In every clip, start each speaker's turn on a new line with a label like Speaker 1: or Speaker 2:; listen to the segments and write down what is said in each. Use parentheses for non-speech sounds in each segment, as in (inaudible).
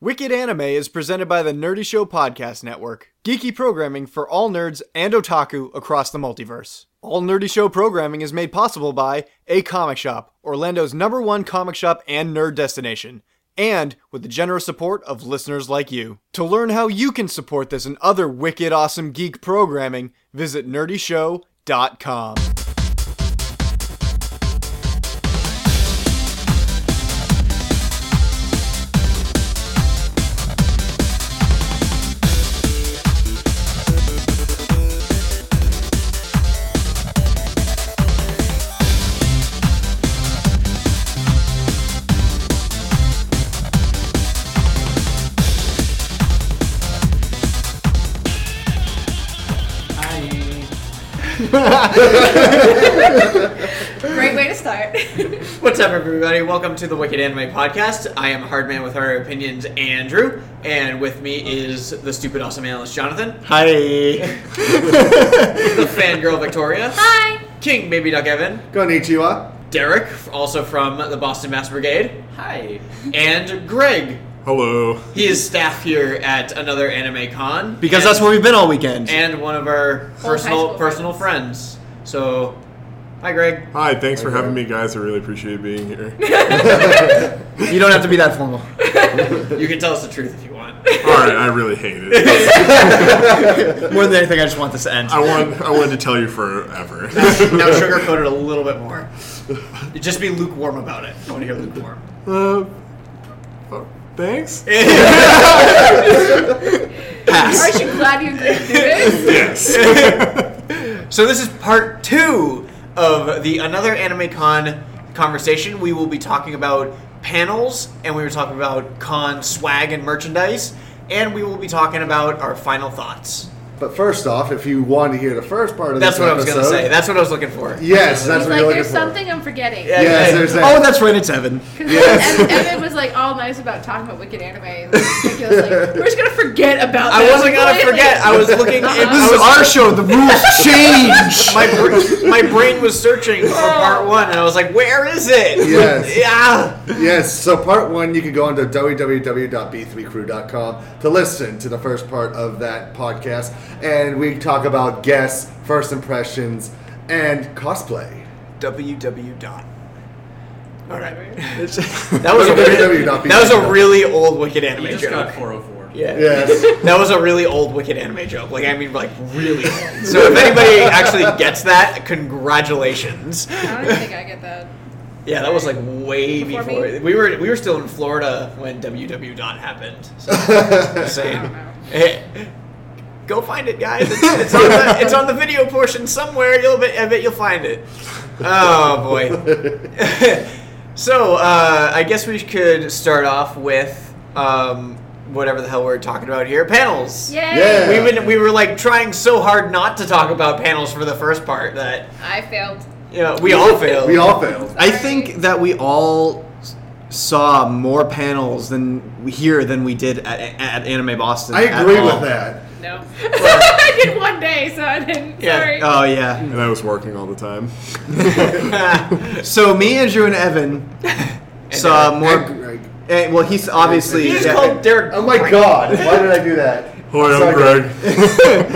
Speaker 1: Wicked Anime is presented by the Nerdy Show Podcast Network, geeky programming for all nerds and otaku across the multiverse. All Nerdy Show programming is made possible by A Comic Shop, Orlando's number one comic shop and nerd destination, and with the generous support of listeners like you. To learn how you can support this and other wicked awesome geek programming, visit nerdyshow.com.
Speaker 2: Great way to start.
Speaker 3: What's up, everybody? Welcome to the Wicked Anime Podcast. I am Hardman with Hard Opinions, Andrew, and with me is the stupid awesome analyst, Jonathan. Hi. the fangirl, Victoria.
Speaker 2: Hi.
Speaker 3: King Baby Duck Evan.
Speaker 4: Konnichiwa.
Speaker 3: Derek, also from the Boston Mass Brigade. Hi. And Greg.
Speaker 5: Hello.
Speaker 3: He is staff here at another anime con.
Speaker 1: Because
Speaker 3: and,
Speaker 1: that's where we've been all weekend.
Speaker 3: And one of our personal
Speaker 2: school
Speaker 3: personal friends. So, hi, Greg.
Speaker 5: Hi, thanks for having me, guys. I really appreciate being here. (laughs)
Speaker 1: you don't have to be that formal.
Speaker 3: You can tell us the truth if you want. (laughs)
Speaker 5: All right, I really hate it.
Speaker 1: More than anything, I just want this to end.
Speaker 5: I want, I wanted to tell you forever. (laughs)
Speaker 3: now sugarcoat it a little bit more. Just be lukewarm about it. I want to hear lukewarm.
Speaker 5: Uh, oh, thanks.
Speaker 2: Aren't you glad you agreed to do this?
Speaker 5: Yes.
Speaker 3: So this is part two of the another anime con conversation. We will be talking about panels, and we were talking about con swag and merchandise, and we will be talking about our final thoughts.
Speaker 4: But first off, if you want to hear the first part of
Speaker 3: That's
Speaker 4: this
Speaker 3: what I was gonna
Speaker 4: episode-
Speaker 3: say. That's what I was looking for.
Speaker 4: yes, that's
Speaker 2: He's like,
Speaker 4: what you're looking
Speaker 2: there's
Speaker 4: for.
Speaker 2: something I'm forgetting.
Speaker 3: Yeah.
Speaker 4: Yes, there's that.
Speaker 1: Oh, that's right, it's Evan.
Speaker 2: Because Evan was like all nice about talking about wicked anime. Like, he was like, We're just gonna forget about.
Speaker 3: I
Speaker 2: that
Speaker 3: wasn't
Speaker 2: (laughs)
Speaker 3: gonna
Speaker 2: completely."
Speaker 3: forget. I was
Speaker 1: (laughs)
Speaker 3: looking. I
Speaker 1: This is
Speaker 3: was
Speaker 1: our show. The
Speaker 3: (laughs)
Speaker 1: rules change.
Speaker 3: my brain, my brain was searching for part one, and I was like, "Where is it?"
Speaker 4: Yes.
Speaker 3: yeah.
Speaker 4: Yes, so part one, you can go on to www.b3crew.com to listen to the first part of that podcast. And we talk about guests, first impressions, and cosplay.
Speaker 3: www. Dot. All right. (laughs)
Speaker 4: that
Speaker 3: That was a really, that was a really old Wicked anime joke.
Speaker 6: 404.
Speaker 3: yeah.
Speaker 4: Yes.
Speaker 3: That was a really old Wicked anime joke. Like I mean, like really old. So if (laughs) anybody actually gets that, congratulations.
Speaker 2: I don't even think I get that.
Speaker 3: Yeah, that was like way
Speaker 2: Before
Speaker 3: before,
Speaker 2: me?
Speaker 3: we were we were still in Florida when WW dot happened.
Speaker 4: (laughs)
Speaker 3: So just saying,
Speaker 2: I don't know.
Speaker 3: (laughs) Hey, go find it, guys. It's, it's, on the, it's on the video portion somewhere. You'll be, I bet you'll find it. Oh boy. (laughs) so uh, I guess we could start off with um, whatever the hell we're talking about here, panels.
Speaker 2: Yay!
Speaker 4: Yeah.
Speaker 3: We've been, we were like trying so hard not to talk about panels for the first part that
Speaker 2: I failed.
Speaker 3: you know, we all failed.
Speaker 4: (laughs) We all failed.
Speaker 1: I think that we all s- saw more panels than here than we did at, at Anime Boston.
Speaker 4: I
Speaker 1: at
Speaker 4: agree
Speaker 1: all.
Speaker 4: with that.
Speaker 2: No. I did one day, so I didn't.
Speaker 3: Yeah.
Speaker 2: Sorry.
Speaker 1: Oh yeah.
Speaker 5: And I was working all the time.
Speaker 1: So me, Andrew, and Evan saw more.
Speaker 4: And Greg.
Speaker 1: eh, well, he's obviously.
Speaker 3: He's
Speaker 1: yeah.
Speaker 3: called Derek.
Speaker 4: Oh my
Speaker 1: (laughs)
Speaker 4: god, why did I do that?
Speaker 5: Hi,
Speaker 4: Sorry.
Speaker 5: I'm Greg.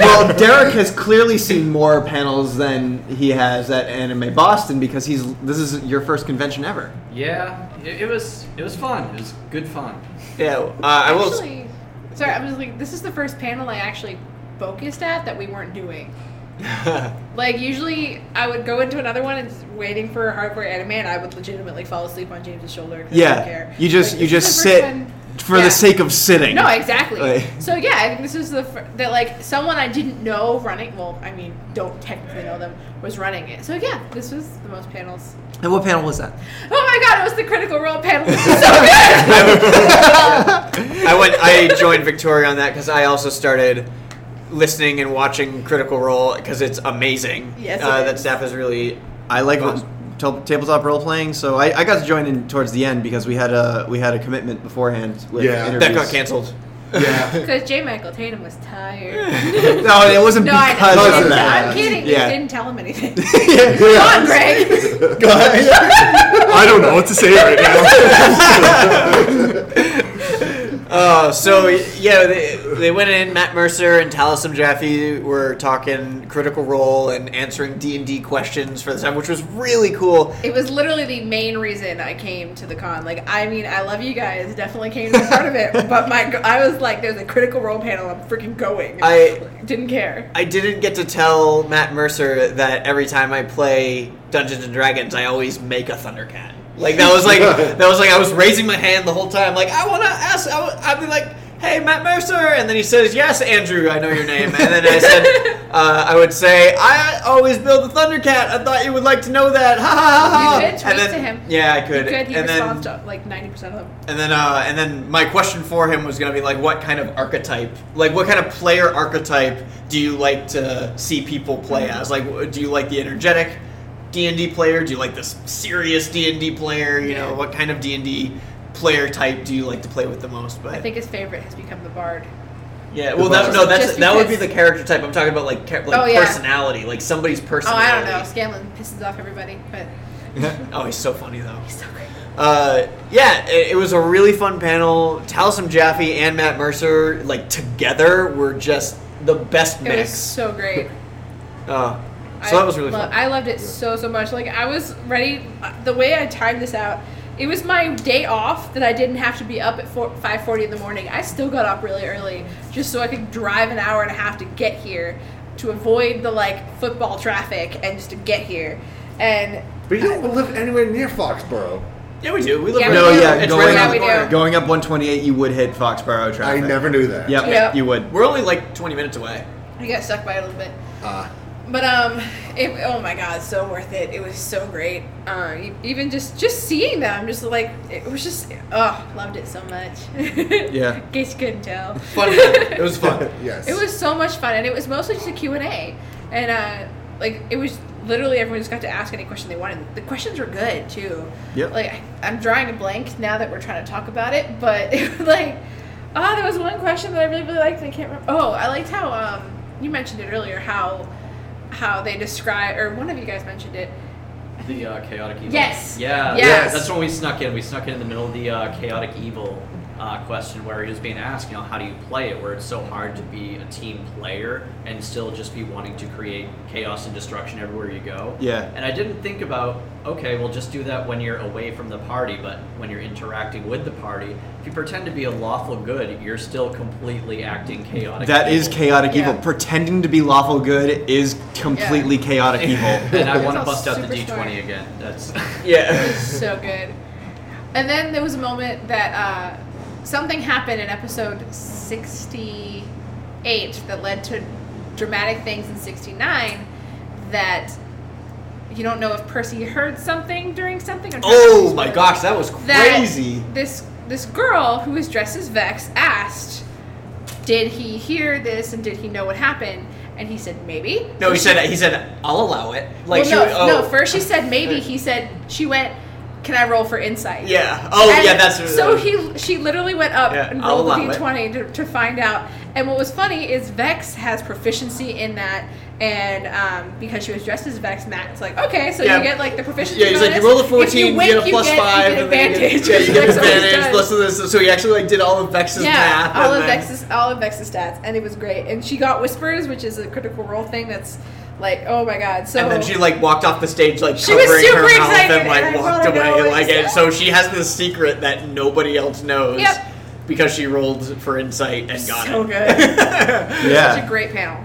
Speaker 1: well, Derek has clearly seen more panels than he has at Anime Boston because he's. This is your first convention ever.
Speaker 6: Yeah, it, it was it was fun. It was good fun.
Speaker 3: Yeah, uh, I will.
Speaker 2: Actually, sorry. I was like, this is the first panel I actually focused at that we weren't
Speaker 1: (laughs)
Speaker 2: doing. Like usually, I would go into another one and s- waiting for a hardcore anime, and I would legitimately fall asleep on James's shoulder. 'cause I didn't
Speaker 1: Yeah,
Speaker 2: care.
Speaker 1: you just
Speaker 2: Like,
Speaker 1: you
Speaker 2: this
Speaker 1: just
Speaker 2: is the first
Speaker 1: sit
Speaker 2: one-
Speaker 1: for
Speaker 2: Yeah.
Speaker 1: the sake of sitting.
Speaker 2: No, exactly.
Speaker 1: Like-
Speaker 2: So yeah, I think this is the fir- that like someone I didn't know running. Well, I mean, don't technically know them was running it. So yeah, this was the most panels.
Speaker 1: And what panel was that?
Speaker 2: Oh my god, it was the critical role
Speaker 1: (laughs)
Speaker 2: panel. This is so good.
Speaker 3: I went. I joined Victoria on that because I also started listening and watching Critical Role because it's amazing.
Speaker 2: Yes, it
Speaker 3: uh, that
Speaker 2: is.
Speaker 3: staff is really.
Speaker 1: I like
Speaker 3: Fun.
Speaker 1: ro- t- tabletop role playing, so I, I got to join in towards the end because we had a we had a commitment beforehand. With
Speaker 4: Yeah.
Speaker 1: interviews.
Speaker 3: That got canceled.
Speaker 4: Yeah.
Speaker 2: Because J. Michael Tatum was tired.
Speaker 1: No, it wasn't
Speaker 2: No, I know.
Speaker 1: because
Speaker 4: of
Speaker 2: It's-
Speaker 1: of
Speaker 4: that.
Speaker 2: I'm kidding.
Speaker 1: Yeah.
Speaker 2: You didn't tell
Speaker 3: (laughs)
Speaker 2: him anything. Come
Speaker 4: yeah.
Speaker 2: on, Greg.
Speaker 1: that.
Speaker 5: I don't know what to say right now.
Speaker 3: Uh, so yeah, they, they went in. Matt Mercer and Talisman Jaffe were talking Critical Role and answering D and D questions for the time, which was really cool.
Speaker 2: It was literally the main reason I came to the con. Like, I mean, I love you guys. Definitely came to be part of it.
Speaker 3: (laughs)
Speaker 2: But my, I was like, there's a critical role panel. I'm freaking going.
Speaker 3: I-
Speaker 2: didn't care.
Speaker 3: I didn't get to tell Matt Mercer that every time I play Dungeons and Dragons, I always make a Thundercat. Like that was like that was like I was raising my hand the whole time. Like I want to ask. I w- I'd be like, "Hey, Matt Mercer," and then he says, "Yes, Andrew, I know your name." And then I said,
Speaker 2: (laughs)
Speaker 3: uh, "I would say I always build a Thundercat. I thought you would like to know that." Ha ha ha! ha."
Speaker 2: You could tweet
Speaker 3: Oh, And then-
Speaker 2: to him.
Speaker 3: Yeah, I could.
Speaker 2: Good, he
Speaker 3: and then
Speaker 2: responds to like 90% of them.
Speaker 3: and then, uh, and then my question for him was gonna be like, what kind of archetype, like what kind of player archetype do you like to see people play
Speaker 2: Mm-hmm.
Speaker 3: as? Like, wh- do you like the energetic D and D player? Do you like this serious D and D player? You know,
Speaker 2: Yeah.
Speaker 3: what kind of D and D player type do you like to play with the most? But
Speaker 2: I think his favorite has become the bard.
Speaker 3: yeah, well, that, no, that's
Speaker 2: Just
Speaker 3: that would be
Speaker 2: because-
Speaker 3: the character type. I'm talking about like, cha- like
Speaker 2: Oh, yeah.
Speaker 3: personality, like somebody's
Speaker 2: Oh, I don't
Speaker 3: personality.
Speaker 2: know. Scanlan pisses off everybody, but
Speaker 3: Oh, he's so funny though.
Speaker 2: he's so great.
Speaker 3: Uh, yeah, it, it was a really fun panel. Talsum Jaffe and Matt Mercer, like together, were just the best
Speaker 2: It was
Speaker 3: mix. (laughs)
Speaker 2: so great.
Speaker 3: uh, so that was really
Speaker 2: lo-
Speaker 3: fun.
Speaker 2: I loved it so so much. Like I was ready. uh, The way I timed this out, it was my day off that I didn't have to be up at four, five forty in the morning. I still got up really early just so I could drive an hour and a half to get here, to avoid the like football traffic and just to get here. And
Speaker 4: But you don't live anywhere near Foxborough.
Speaker 3: yeah, we do. We live
Speaker 2: Yeah,
Speaker 3: right
Speaker 2: we
Speaker 1: no,
Speaker 3: around-
Speaker 2: do.
Speaker 1: yeah,
Speaker 3: it's
Speaker 1: going,
Speaker 3: right around
Speaker 2: Yeah, we
Speaker 3: the corner.
Speaker 2: do.
Speaker 1: going up 128, you would hit Foxborough
Speaker 4: I
Speaker 1: traffic.
Speaker 4: never knew that.
Speaker 1: Yep,
Speaker 2: Yep.
Speaker 1: you would.
Speaker 3: We're only like 20 minutes
Speaker 2: (laughs)
Speaker 3: away.
Speaker 2: I got stuck by it a little bit.
Speaker 4: Ah.
Speaker 2: But um, it, oh my god, so worth it. It was so great. Uh, e- even just just seeing them, just like it was just oh, loved it so much. (laughs)
Speaker 1: Yeah.
Speaker 2: in case you couldn't tell.
Speaker 3: Fun. it was fun.
Speaker 4: Yes.
Speaker 2: It was so much fun, and it was mostly just a Q and A, and uh, like it was literally everyone just got to ask any question they wanted. The questions were good too.
Speaker 1: Yep.
Speaker 2: Like I, I'm drawing a blank now that we're trying to talk about it, but (laughs) it was like, ah, there was one question that I really really liked. And I can't remember. Oh, I liked how um you mentioned it earlier how how they describe or one of you guys mentioned it.
Speaker 6: The uh, chaotic evil.
Speaker 2: Yes.
Speaker 6: Yeah.
Speaker 2: Yes.
Speaker 6: That's when we snuck in. We snuck in in the middle of the uh, chaotic evil uh, question where he was being asked, you know, how do you play it? Where it's so hard to be a team player and still just be wanting to create chaos and destruction everywhere you go.
Speaker 1: Yeah.
Speaker 6: And I didn't think about okay, we'll just do that when you're away from the party, but when you're interacting with the party, if you pretend to be a lawful good, you're still completely acting chaotic.
Speaker 1: (laughs) That is
Speaker 6: evil.
Speaker 1: chaotic
Speaker 2: Yeah.
Speaker 1: evil. Pretending to be lawful good is completely
Speaker 2: (laughs)
Speaker 1: chaotic evil.
Speaker 6: (laughs) And I want to
Speaker 2: That's
Speaker 6: bust out the
Speaker 2: super
Speaker 6: D20
Speaker 2: smart.
Speaker 6: again.
Speaker 2: (laughs)
Speaker 6: That's
Speaker 3: Yeah.
Speaker 2: so good. And then there was a moment that uh, something happened in episode 68 that led to dramatic things in 69 that you don't know if Percy heard something during something. I'm trying to
Speaker 3: Oh
Speaker 2: choose
Speaker 3: my
Speaker 2: words.
Speaker 3: gosh, that was
Speaker 2: That
Speaker 3: crazy.
Speaker 2: This this girl who was dressed as Vex asked, "Did he hear this and did he know what happened?" And he said, "Maybe."
Speaker 3: No, he
Speaker 2: So
Speaker 3: said he said I'll allow it. Like she,
Speaker 2: well, no,
Speaker 3: oh.
Speaker 2: no. First she said maybe. He said she went. Can I roll for insight?
Speaker 3: Yeah. Oh
Speaker 2: And
Speaker 3: yeah, that's
Speaker 2: so he she literally went up
Speaker 3: Yeah,
Speaker 2: and
Speaker 3: I'll
Speaker 2: rolled a
Speaker 3: allow it.
Speaker 2: d20 to, to find out. And what was funny is Vex has proficiency in that, and um, because she was dressed as Vex, Matt's like, okay, so
Speaker 3: Yeah.
Speaker 2: you get like the proficiency.
Speaker 3: Yeah, he's like,
Speaker 2: bonus.
Speaker 3: you roll a
Speaker 2: If
Speaker 3: 14, you,
Speaker 2: wink,
Speaker 3: get a plus
Speaker 2: get-
Speaker 3: 5,
Speaker 2: you get
Speaker 3: and then (laughs)
Speaker 2: advantage.
Speaker 3: yeah, you get
Speaker 2: Vex always
Speaker 3: advantage,
Speaker 2: does.
Speaker 3: plus this. So he actually like did all of Vex's
Speaker 2: Yeah,
Speaker 3: math.
Speaker 2: all
Speaker 3: and
Speaker 2: of
Speaker 3: then-
Speaker 2: Vex's all of Vex's stats, and it was great. And she got whispers, which is a critical role thing. That's like, oh my god. So
Speaker 3: and then she like walked off the stage like
Speaker 2: She was
Speaker 3: covering
Speaker 2: super
Speaker 3: her mouth
Speaker 2: excited,
Speaker 3: and like
Speaker 2: and I
Speaker 3: walked
Speaker 2: wanna know
Speaker 3: away
Speaker 2: what
Speaker 3: like
Speaker 2: she
Speaker 3: and
Speaker 2: said.
Speaker 3: so she has this secret that nobody else knows
Speaker 2: Yep.
Speaker 3: because she rolled for insight and got
Speaker 2: so
Speaker 3: it.
Speaker 2: good. Such a
Speaker 1: Yeah,
Speaker 2: great panel.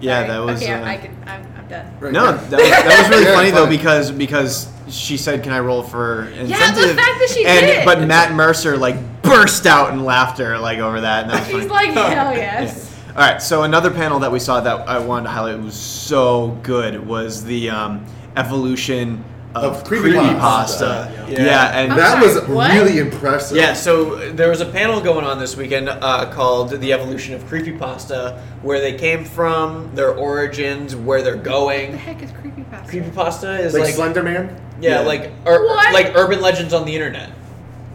Speaker 1: yeah,
Speaker 2: Sorry.
Speaker 1: that was.
Speaker 2: Okay,
Speaker 1: uh,
Speaker 2: I can. I'm, I'm done.
Speaker 4: Right
Speaker 1: No,
Speaker 4: now.
Speaker 1: that was, that was really
Speaker 4: Yeah,
Speaker 1: funny though
Speaker 4: funny.
Speaker 1: because because she said, "Can I roll for incentive?"
Speaker 2: the fact that she
Speaker 1: and,
Speaker 2: did.
Speaker 1: But Matt Mercer like
Speaker 3: burst out in laughter like over that. And that was
Speaker 2: He's
Speaker 3: funny.
Speaker 1: (laughs)
Speaker 2: like, hell yes.
Speaker 3: All right, so another panel that we saw that I wanted to highlight was so good was the um, evolution of,
Speaker 4: Of
Speaker 3: creepypasta.
Speaker 4: creepypasta.
Speaker 3: pasta.
Speaker 6: Yeah.
Speaker 3: Yeah. and
Speaker 2: I'm
Speaker 4: that
Speaker 2: sorry,
Speaker 4: was
Speaker 2: what?
Speaker 4: really impressive.
Speaker 3: yeah, so there was a panel going on this weekend uh, called The Evolution of Creepypasta, where they came from, their origins, where they're
Speaker 2: What the
Speaker 3: going.
Speaker 2: heck is creepypasta?
Speaker 3: Creepypasta is
Speaker 4: like,
Speaker 3: like,
Speaker 4: Slender Man.
Speaker 3: yeah,
Speaker 1: Yeah.
Speaker 3: like ur-
Speaker 2: What?
Speaker 3: like urban legends on the internet.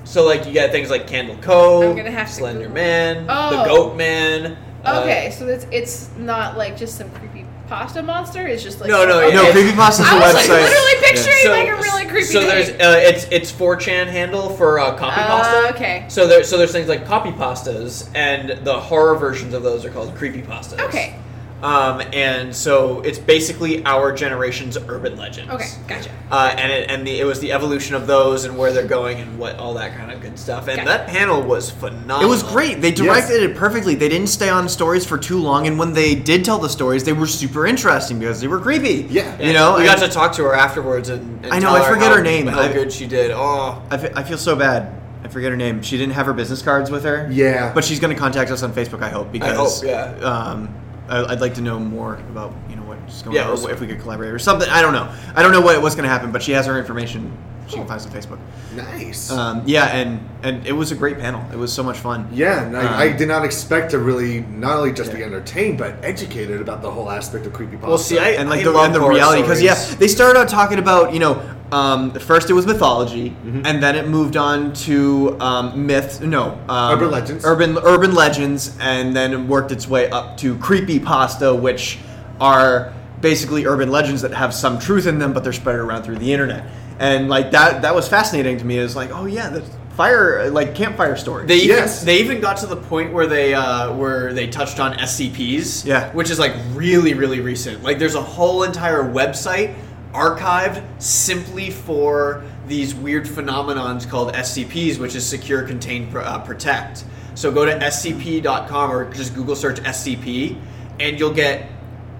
Speaker 3: So like you got things like Candle Cove,
Speaker 2: I'm gonna have to
Speaker 3: Slender
Speaker 2: Google.
Speaker 3: Man,
Speaker 2: Oh.
Speaker 3: The Goat Man. uh,
Speaker 2: Okay, so it's it's not like just some creepy pasta monster. It's just like
Speaker 3: No, no,
Speaker 2: okay.
Speaker 3: yeah.
Speaker 1: No,
Speaker 3: It-
Speaker 1: creepypasta's
Speaker 2: I
Speaker 1: a
Speaker 2: was like
Speaker 1: website.
Speaker 2: literally picturing
Speaker 3: So-
Speaker 2: like a really creepy.
Speaker 3: So there's
Speaker 2: date.
Speaker 3: uh, it's it's 4chan handle for uh, copy pasta.
Speaker 2: Uh, okay.
Speaker 3: So there so there's things like copy pastas and the horror versions of those are called creepy pastas.
Speaker 2: Okay.
Speaker 3: Um, and so it's basically our generation's urban legends.
Speaker 2: Okay, gotcha.
Speaker 3: Uh, and it, and the, it was the evolution of those and where they're going and what all that kind of good stuff. And
Speaker 2: Gotcha.
Speaker 3: that panel was phenomenal.
Speaker 1: It was great. They directed it perfectly. They didn't stay on stories for too long, and when they did tell the stories, they were super interesting because they were creepy.
Speaker 4: Yeah.
Speaker 1: you know.
Speaker 3: we got to
Speaker 1: and
Speaker 3: talk to her afterwards, and, and
Speaker 1: I know,
Speaker 3: tell
Speaker 1: I forget
Speaker 3: how-
Speaker 1: her name.
Speaker 3: How
Speaker 1: I-
Speaker 3: good she did! Oh,
Speaker 1: I, fe- I feel so bad. I forget her name. She didn't have her business cards with her.
Speaker 4: Yeah.
Speaker 1: but she's going to contact us on Facebook. I hope because
Speaker 3: hope, yeah.
Speaker 1: um, I, I'd like to know more about you know what's going
Speaker 3: Yeah, it
Speaker 1: on,
Speaker 3: was-
Speaker 1: or if we could collaborate or something. I don't know. I don't know what what's going to happen, but she has her information. She can
Speaker 2: Cool.
Speaker 1: find us on Facebook.
Speaker 4: Nice.
Speaker 1: Um, yeah, and and it was a great panel. It was so much fun.
Speaker 4: yeah, and I,
Speaker 1: um,
Speaker 4: I did not expect to really not only just be entertained but educated about the whole aspect of creepypasta.
Speaker 3: Well, see, I-
Speaker 1: and like the
Speaker 3: love
Speaker 1: and the
Speaker 3: horror
Speaker 1: reality because yeah
Speaker 3: stories.
Speaker 1: they started out talking about you know um, first it was mythology
Speaker 3: Mm-hmm.
Speaker 1: and then it moved on to um, myths no um,
Speaker 4: Urban legends.
Speaker 1: urban urban legends and then it worked its way up to creepy pasta which are basically urban legends that have some truth in them but they're spread around through the internet and like that that was fascinating to me is like oh yeah the fire like campfire stories
Speaker 3: They even,
Speaker 4: Yes.
Speaker 3: they even got to the point where they uh, where they touched on SCPs,
Speaker 1: Yeah.
Speaker 3: which is like really really recent. Like there's a whole entire website archived simply for these weird phenomenons called SCPs, which is secure, contain, Pro- uh, protect. So go to scp.com or just Google search SCP, and you'll get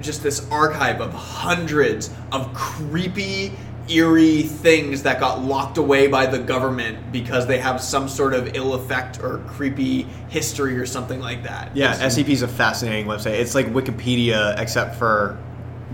Speaker 3: just this archive of hundreds of creepy eerie things that got locked away by the government because they have some sort of ill effect or creepy history or something like that.
Speaker 1: Yeah, SCP is a fascinating website. It's like Wikipedia except for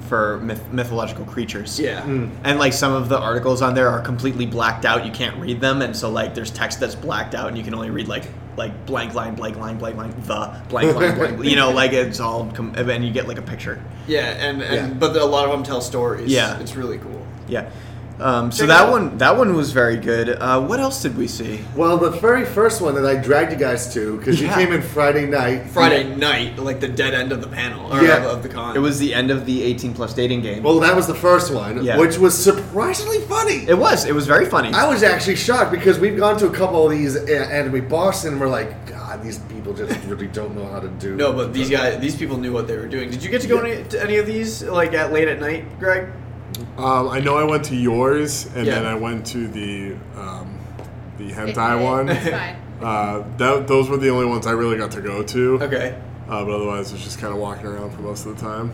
Speaker 1: for myth- mythological creatures.
Speaker 3: Yeah.
Speaker 4: Hmm.
Speaker 1: And like some of the articles on there are completely blacked out. You can't read them, and so like there's text that's blacked out, and you can only read like like blank line, blank line, blank line, the blank
Speaker 4: (laughs)
Speaker 1: line, blank. You know, like it's all com- and you get like a picture.
Speaker 3: Yeah, and, and
Speaker 4: Yeah.
Speaker 3: but a lot of them tell stories.
Speaker 1: Yeah.
Speaker 3: It's really cool.
Speaker 1: Yeah. Um, so
Speaker 3: Check it
Speaker 1: that
Speaker 3: out.
Speaker 1: one that one was very good. Uh, what else did we see?
Speaker 4: Well, the very first one that I dragged you guys to because
Speaker 1: Yeah.
Speaker 4: you came in Friday night.
Speaker 3: Friday night, like the dead end of the panel or
Speaker 4: Yeah.
Speaker 3: of, of the con.
Speaker 1: It was the end of the 18 plus dating game.
Speaker 4: Well, that was the first one,
Speaker 1: Yeah.
Speaker 4: which was surprisingly funny.
Speaker 1: it was. It was very funny.
Speaker 4: I was actually shocked because we've gone to a couple of these a- anime bars and we're like, God, these people just really don't know how to do.
Speaker 3: no, but these guys, these people knew what they were doing. Did you get to go
Speaker 4: Yeah.
Speaker 3: any, to any of these like at late at night, Greg?
Speaker 5: Um, I know I went to yours, and
Speaker 3: Yeah.
Speaker 5: then I went to the um, the hentai
Speaker 2: It- it-
Speaker 5: one.
Speaker 2: It's
Speaker 3: (laughs)
Speaker 2: fine.
Speaker 5: Uh, that, those were the only ones I really got to go to.
Speaker 3: Okay.
Speaker 5: Uh, but otherwise, it was just kind of walking around for most of the time.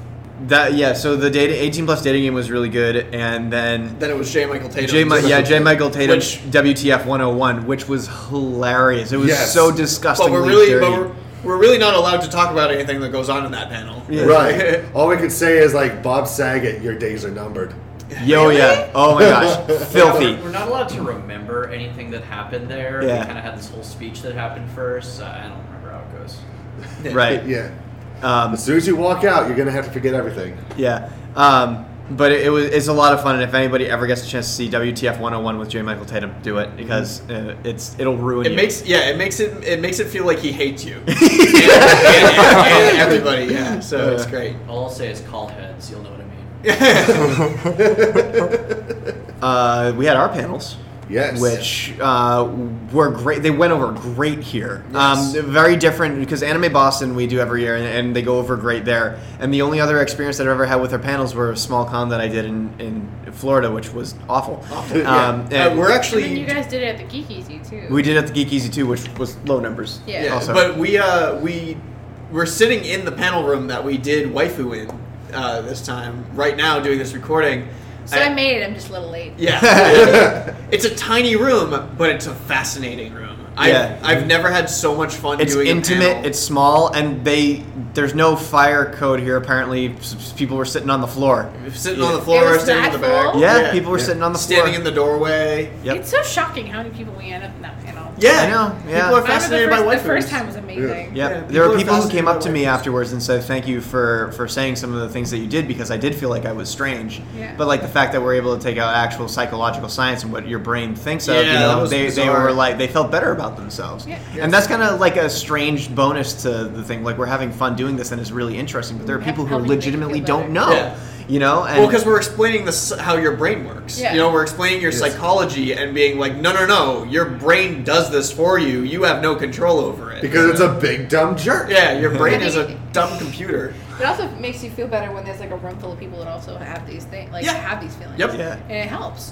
Speaker 1: that yeah. So the data 18 plus dating game was really good, and then
Speaker 3: Then it was J. Michael Tatum.
Speaker 1: J. Mi-
Speaker 3: (laughs)
Speaker 1: yeah, J. Michael Tatum,
Speaker 3: Which-
Speaker 1: WTF 101, which was hilarious. It was
Speaker 4: Yes.
Speaker 1: so
Speaker 4: But
Speaker 1: disgusting.
Speaker 3: But we're really, but we're, we're really not allowed to talk about anything that goes on in that panel. (laughs)
Speaker 1: Yeah.
Speaker 4: Right. All we could say is like Bob Saget, your days are numbered.
Speaker 1: Yo, yeah. Oh
Speaker 3: (laughs)
Speaker 1: my gosh, filthy.
Speaker 6: We're, we're not allowed to remember anything that happened there.
Speaker 1: Yeah.
Speaker 6: We kind of had this whole speech that happened first. Uh, I don't remember how it goes.
Speaker 1: Right.
Speaker 4: Yeah.
Speaker 1: Um,
Speaker 4: As soon as you walk out, you're gonna have to forget everything.
Speaker 1: yeah. Um, but it, it was it's a lot of fun, and if anybody ever gets a chance to see WTF 101 with J. Michael Tatum, do it because uh, it's it'll ruin
Speaker 3: It
Speaker 1: you.
Speaker 3: makes yeah, it makes it it makes it feel like he hates
Speaker 1: (laughs)
Speaker 3: you and, and- and everybody. Yeah, so it's great.
Speaker 6: All I'll say is call heads. You'll know what I mean.
Speaker 1: uh, we had our panels.
Speaker 4: Yes.
Speaker 1: which uh, were great. They went over great here.
Speaker 3: Yes.
Speaker 1: Um, very different because Anime Boston we do every year, and, and they go over great there. And the only other experience that I've ever had with their panels were a small con that I did in, in Florida, which was awful.
Speaker 4: Yeah.
Speaker 1: Um,
Speaker 3: Uh,
Speaker 1: and
Speaker 3: we're
Speaker 2: And then
Speaker 3: actually
Speaker 2: you guys did it at the Geeky Zoo too.
Speaker 1: we did it at the Geek Easy too, which was low numbers.
Speaker 2: Yeah.
Speaker 3: yeah,
Speaker 1: also.
Speaker 3: but we uh we we're sitting in the panel room that we did waifu in uh, this time right now doing this recording.
Speaker 2: So I, made it. I'm just a little late.
Speaker 3: (laughs) yeah, it's a tiny room, but it's a fascinating room.
Speaker 7: I've,
Speaker 3: Yeah.
Speaker 7: I've never had so much fun
Speaker 3: It's
Speaker 7: doing a
Speaker 3: intimate,
Speaker 7: panel.
Speaker 3: it's small, and they there's no fire code here. Apparently, S- s- people were sitting on the floor.
Speaker 7: sitting on the floor,
Speaker 2: It was
Speaker 7: standing in
Speaker 2: that
Speaker 7: the back.
Speaker 2: full?
Speaker 3: Yeah, people were
Speaker 4: yeah.
Speaker 3: sitting on the floor.
Speaker 7: standing in the doorway.
Speaker 3: Yep.
Speaker 2: It's so shocking how many people we end up in that panel.
Speaker 7: Yeah,
Speaker 3: I know, yeah.
Speaker 7: People are
Speaker 2: I remember
Speaker 7: fascinated
Speaker 2: the first,
Speaker 7: by white
Speaker 2: The first
Speaker 7: foods.
Speaker 2: time was
Speaker 3: Yep.
Speaker 2: amazing.
Speaker 7: Yeah,
Speaker 3: there
Speaker 7: people
Speaker 3: were
Speaker 7: are
Speaker 3: people who
Speaker 7: fascinated
Speaker 3: came up
Speaker 7: by
Speaker 3: to me
Speaker 7: white folks.
Speaker 3: afterwards and said, "Thank you for for saying some of the things that you did because I did feel like I was strange."
Speaker 2: Yeah.
Speaker 3: But like the fact that we're able to take out actual psychological science and what your brain thinks of,
Speaker 7: Yeah,
Speaker 3: you
Speaker 7: that
Speaker 3: know,
Speaker 7: was
Speaker 3: they, they
Speaker 7: bizarre.
Speaker 3: were like they felt better about themselves.
Speaker 2: Yeah.
Speaker 3: And that's kind of like a strange bonus to the thing. Like we're having fun doing this and it's really interesting, but there are
Speaker 2: Yeah,
Speaker 3: people who
Speaker 2: helping make you
Speaker 3: legitimately
Speaker 2: feel
Speaker 3: don't know.
Speaker 2: better.
Speaker 7: Yeah.
Speaker 3: You know, and
Speaker 7: Well, because we're explaining this how your brain works.
Speaker 2: Yeah.
Speaker 7: You know, we're explaining your psychology and being like, no, no, no, your brain does this for you. You have no control over it.
Speaker 4: because it's
Speaker 7: (laughs)
Speaker 4: a big dumb jerk.
Speaker 7: yeah, your brain is
Speaker 2: (laughs)
Speaker 7: a dumb computer.
Speaker 2: It also makes you feel better when there's like a room full of people that also have these things, like
Speaker 7: Yeah.
Speaker 2: have these feelings.
Speaker 7: Yep.
Speaker 3: Yeah.
Speaker 2: And it helps.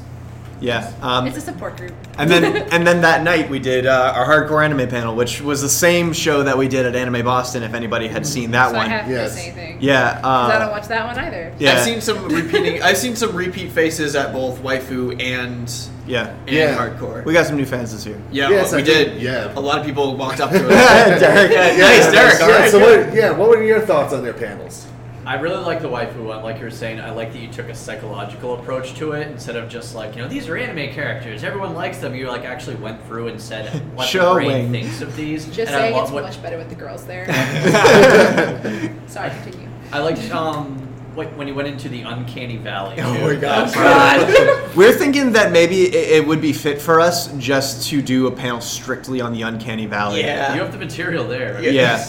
Speaker 3: yeah, um,
Speaker 2: it's a support group.
Speaker 3: And
Speaker 2: (laughs)
Speaker 3: then and then that night we did uh, our hardcore anime panel, which was the same show that we did at Anime Boston. If anybody had seen that
Speaker 2: so I
Speaker 3: one,
Speaker 2: haven't
Speaker 4: yes.
Speaker 2: missed anything.
Speaker 3: yeah, uh,
Speaker 2: 'Cause I don't watch that one either.
Speaker 3: Yeah.
Speaker 7: I've seen some repeating. I've seen some repeat faces at both waifu and
Speaker 3: yeah.
Speaker 7: and
Speaker 4: Yeah.
Speaker 7: hardcore.
Speaker 3: We got some new fans this year.
Speaker 4: (laughs)
Speaker 7: yeah,
Speaker 4: Yes,
Speaker 7: we
Speaker 4: I
Speaker 7: did.
Speaker 4: did, yeah.
Speaker 7: a lot of people walked
Speaker 3: (laughs)
Speaker 7: up to us.
Speaker 3: Derek,
Speaker 7: nice, Derek.
Speaker 4: Yeah,
Speaker 7: All right,
Speaker 4: so
Speaker 7: good.
Speaker 4: what, yeah, what were your thoughts on their panels?
Speaker 6: I really like the waifu one. Like you were saying, I like that you took a psychological approach to it instead of just like, you know, these are anime characters. Everyone likes them. You like actually went through and said what the
Speaker 3: Showing.
Speaker 6: brain thinks of these.
Speaker 2: Just
Speaker 6: and
Speaker 2: saying
Speaker 6: I love
Speaker 2: it's
Speaker 6: what
Speaker 2: much better with the
Speaker 3: (laughs)
Speaker 2: girls there. (laughs) Sorry, continue. (laughs)
Speaker 6: I liked um what, when you went into the uncanny valley.
Speaker 3: Oh
Speaker 6: too.
Speaker 3: my God.
Speaker 6: That's where-
Speaker 3: (laughs) We're thinking that maybe it, it would be fit for us just to do a panel strictly on the Uncanny Valley.
Speaker 7: Yeah.
Speaker 6: You have the material there. right?
Speaker 3: Yeah.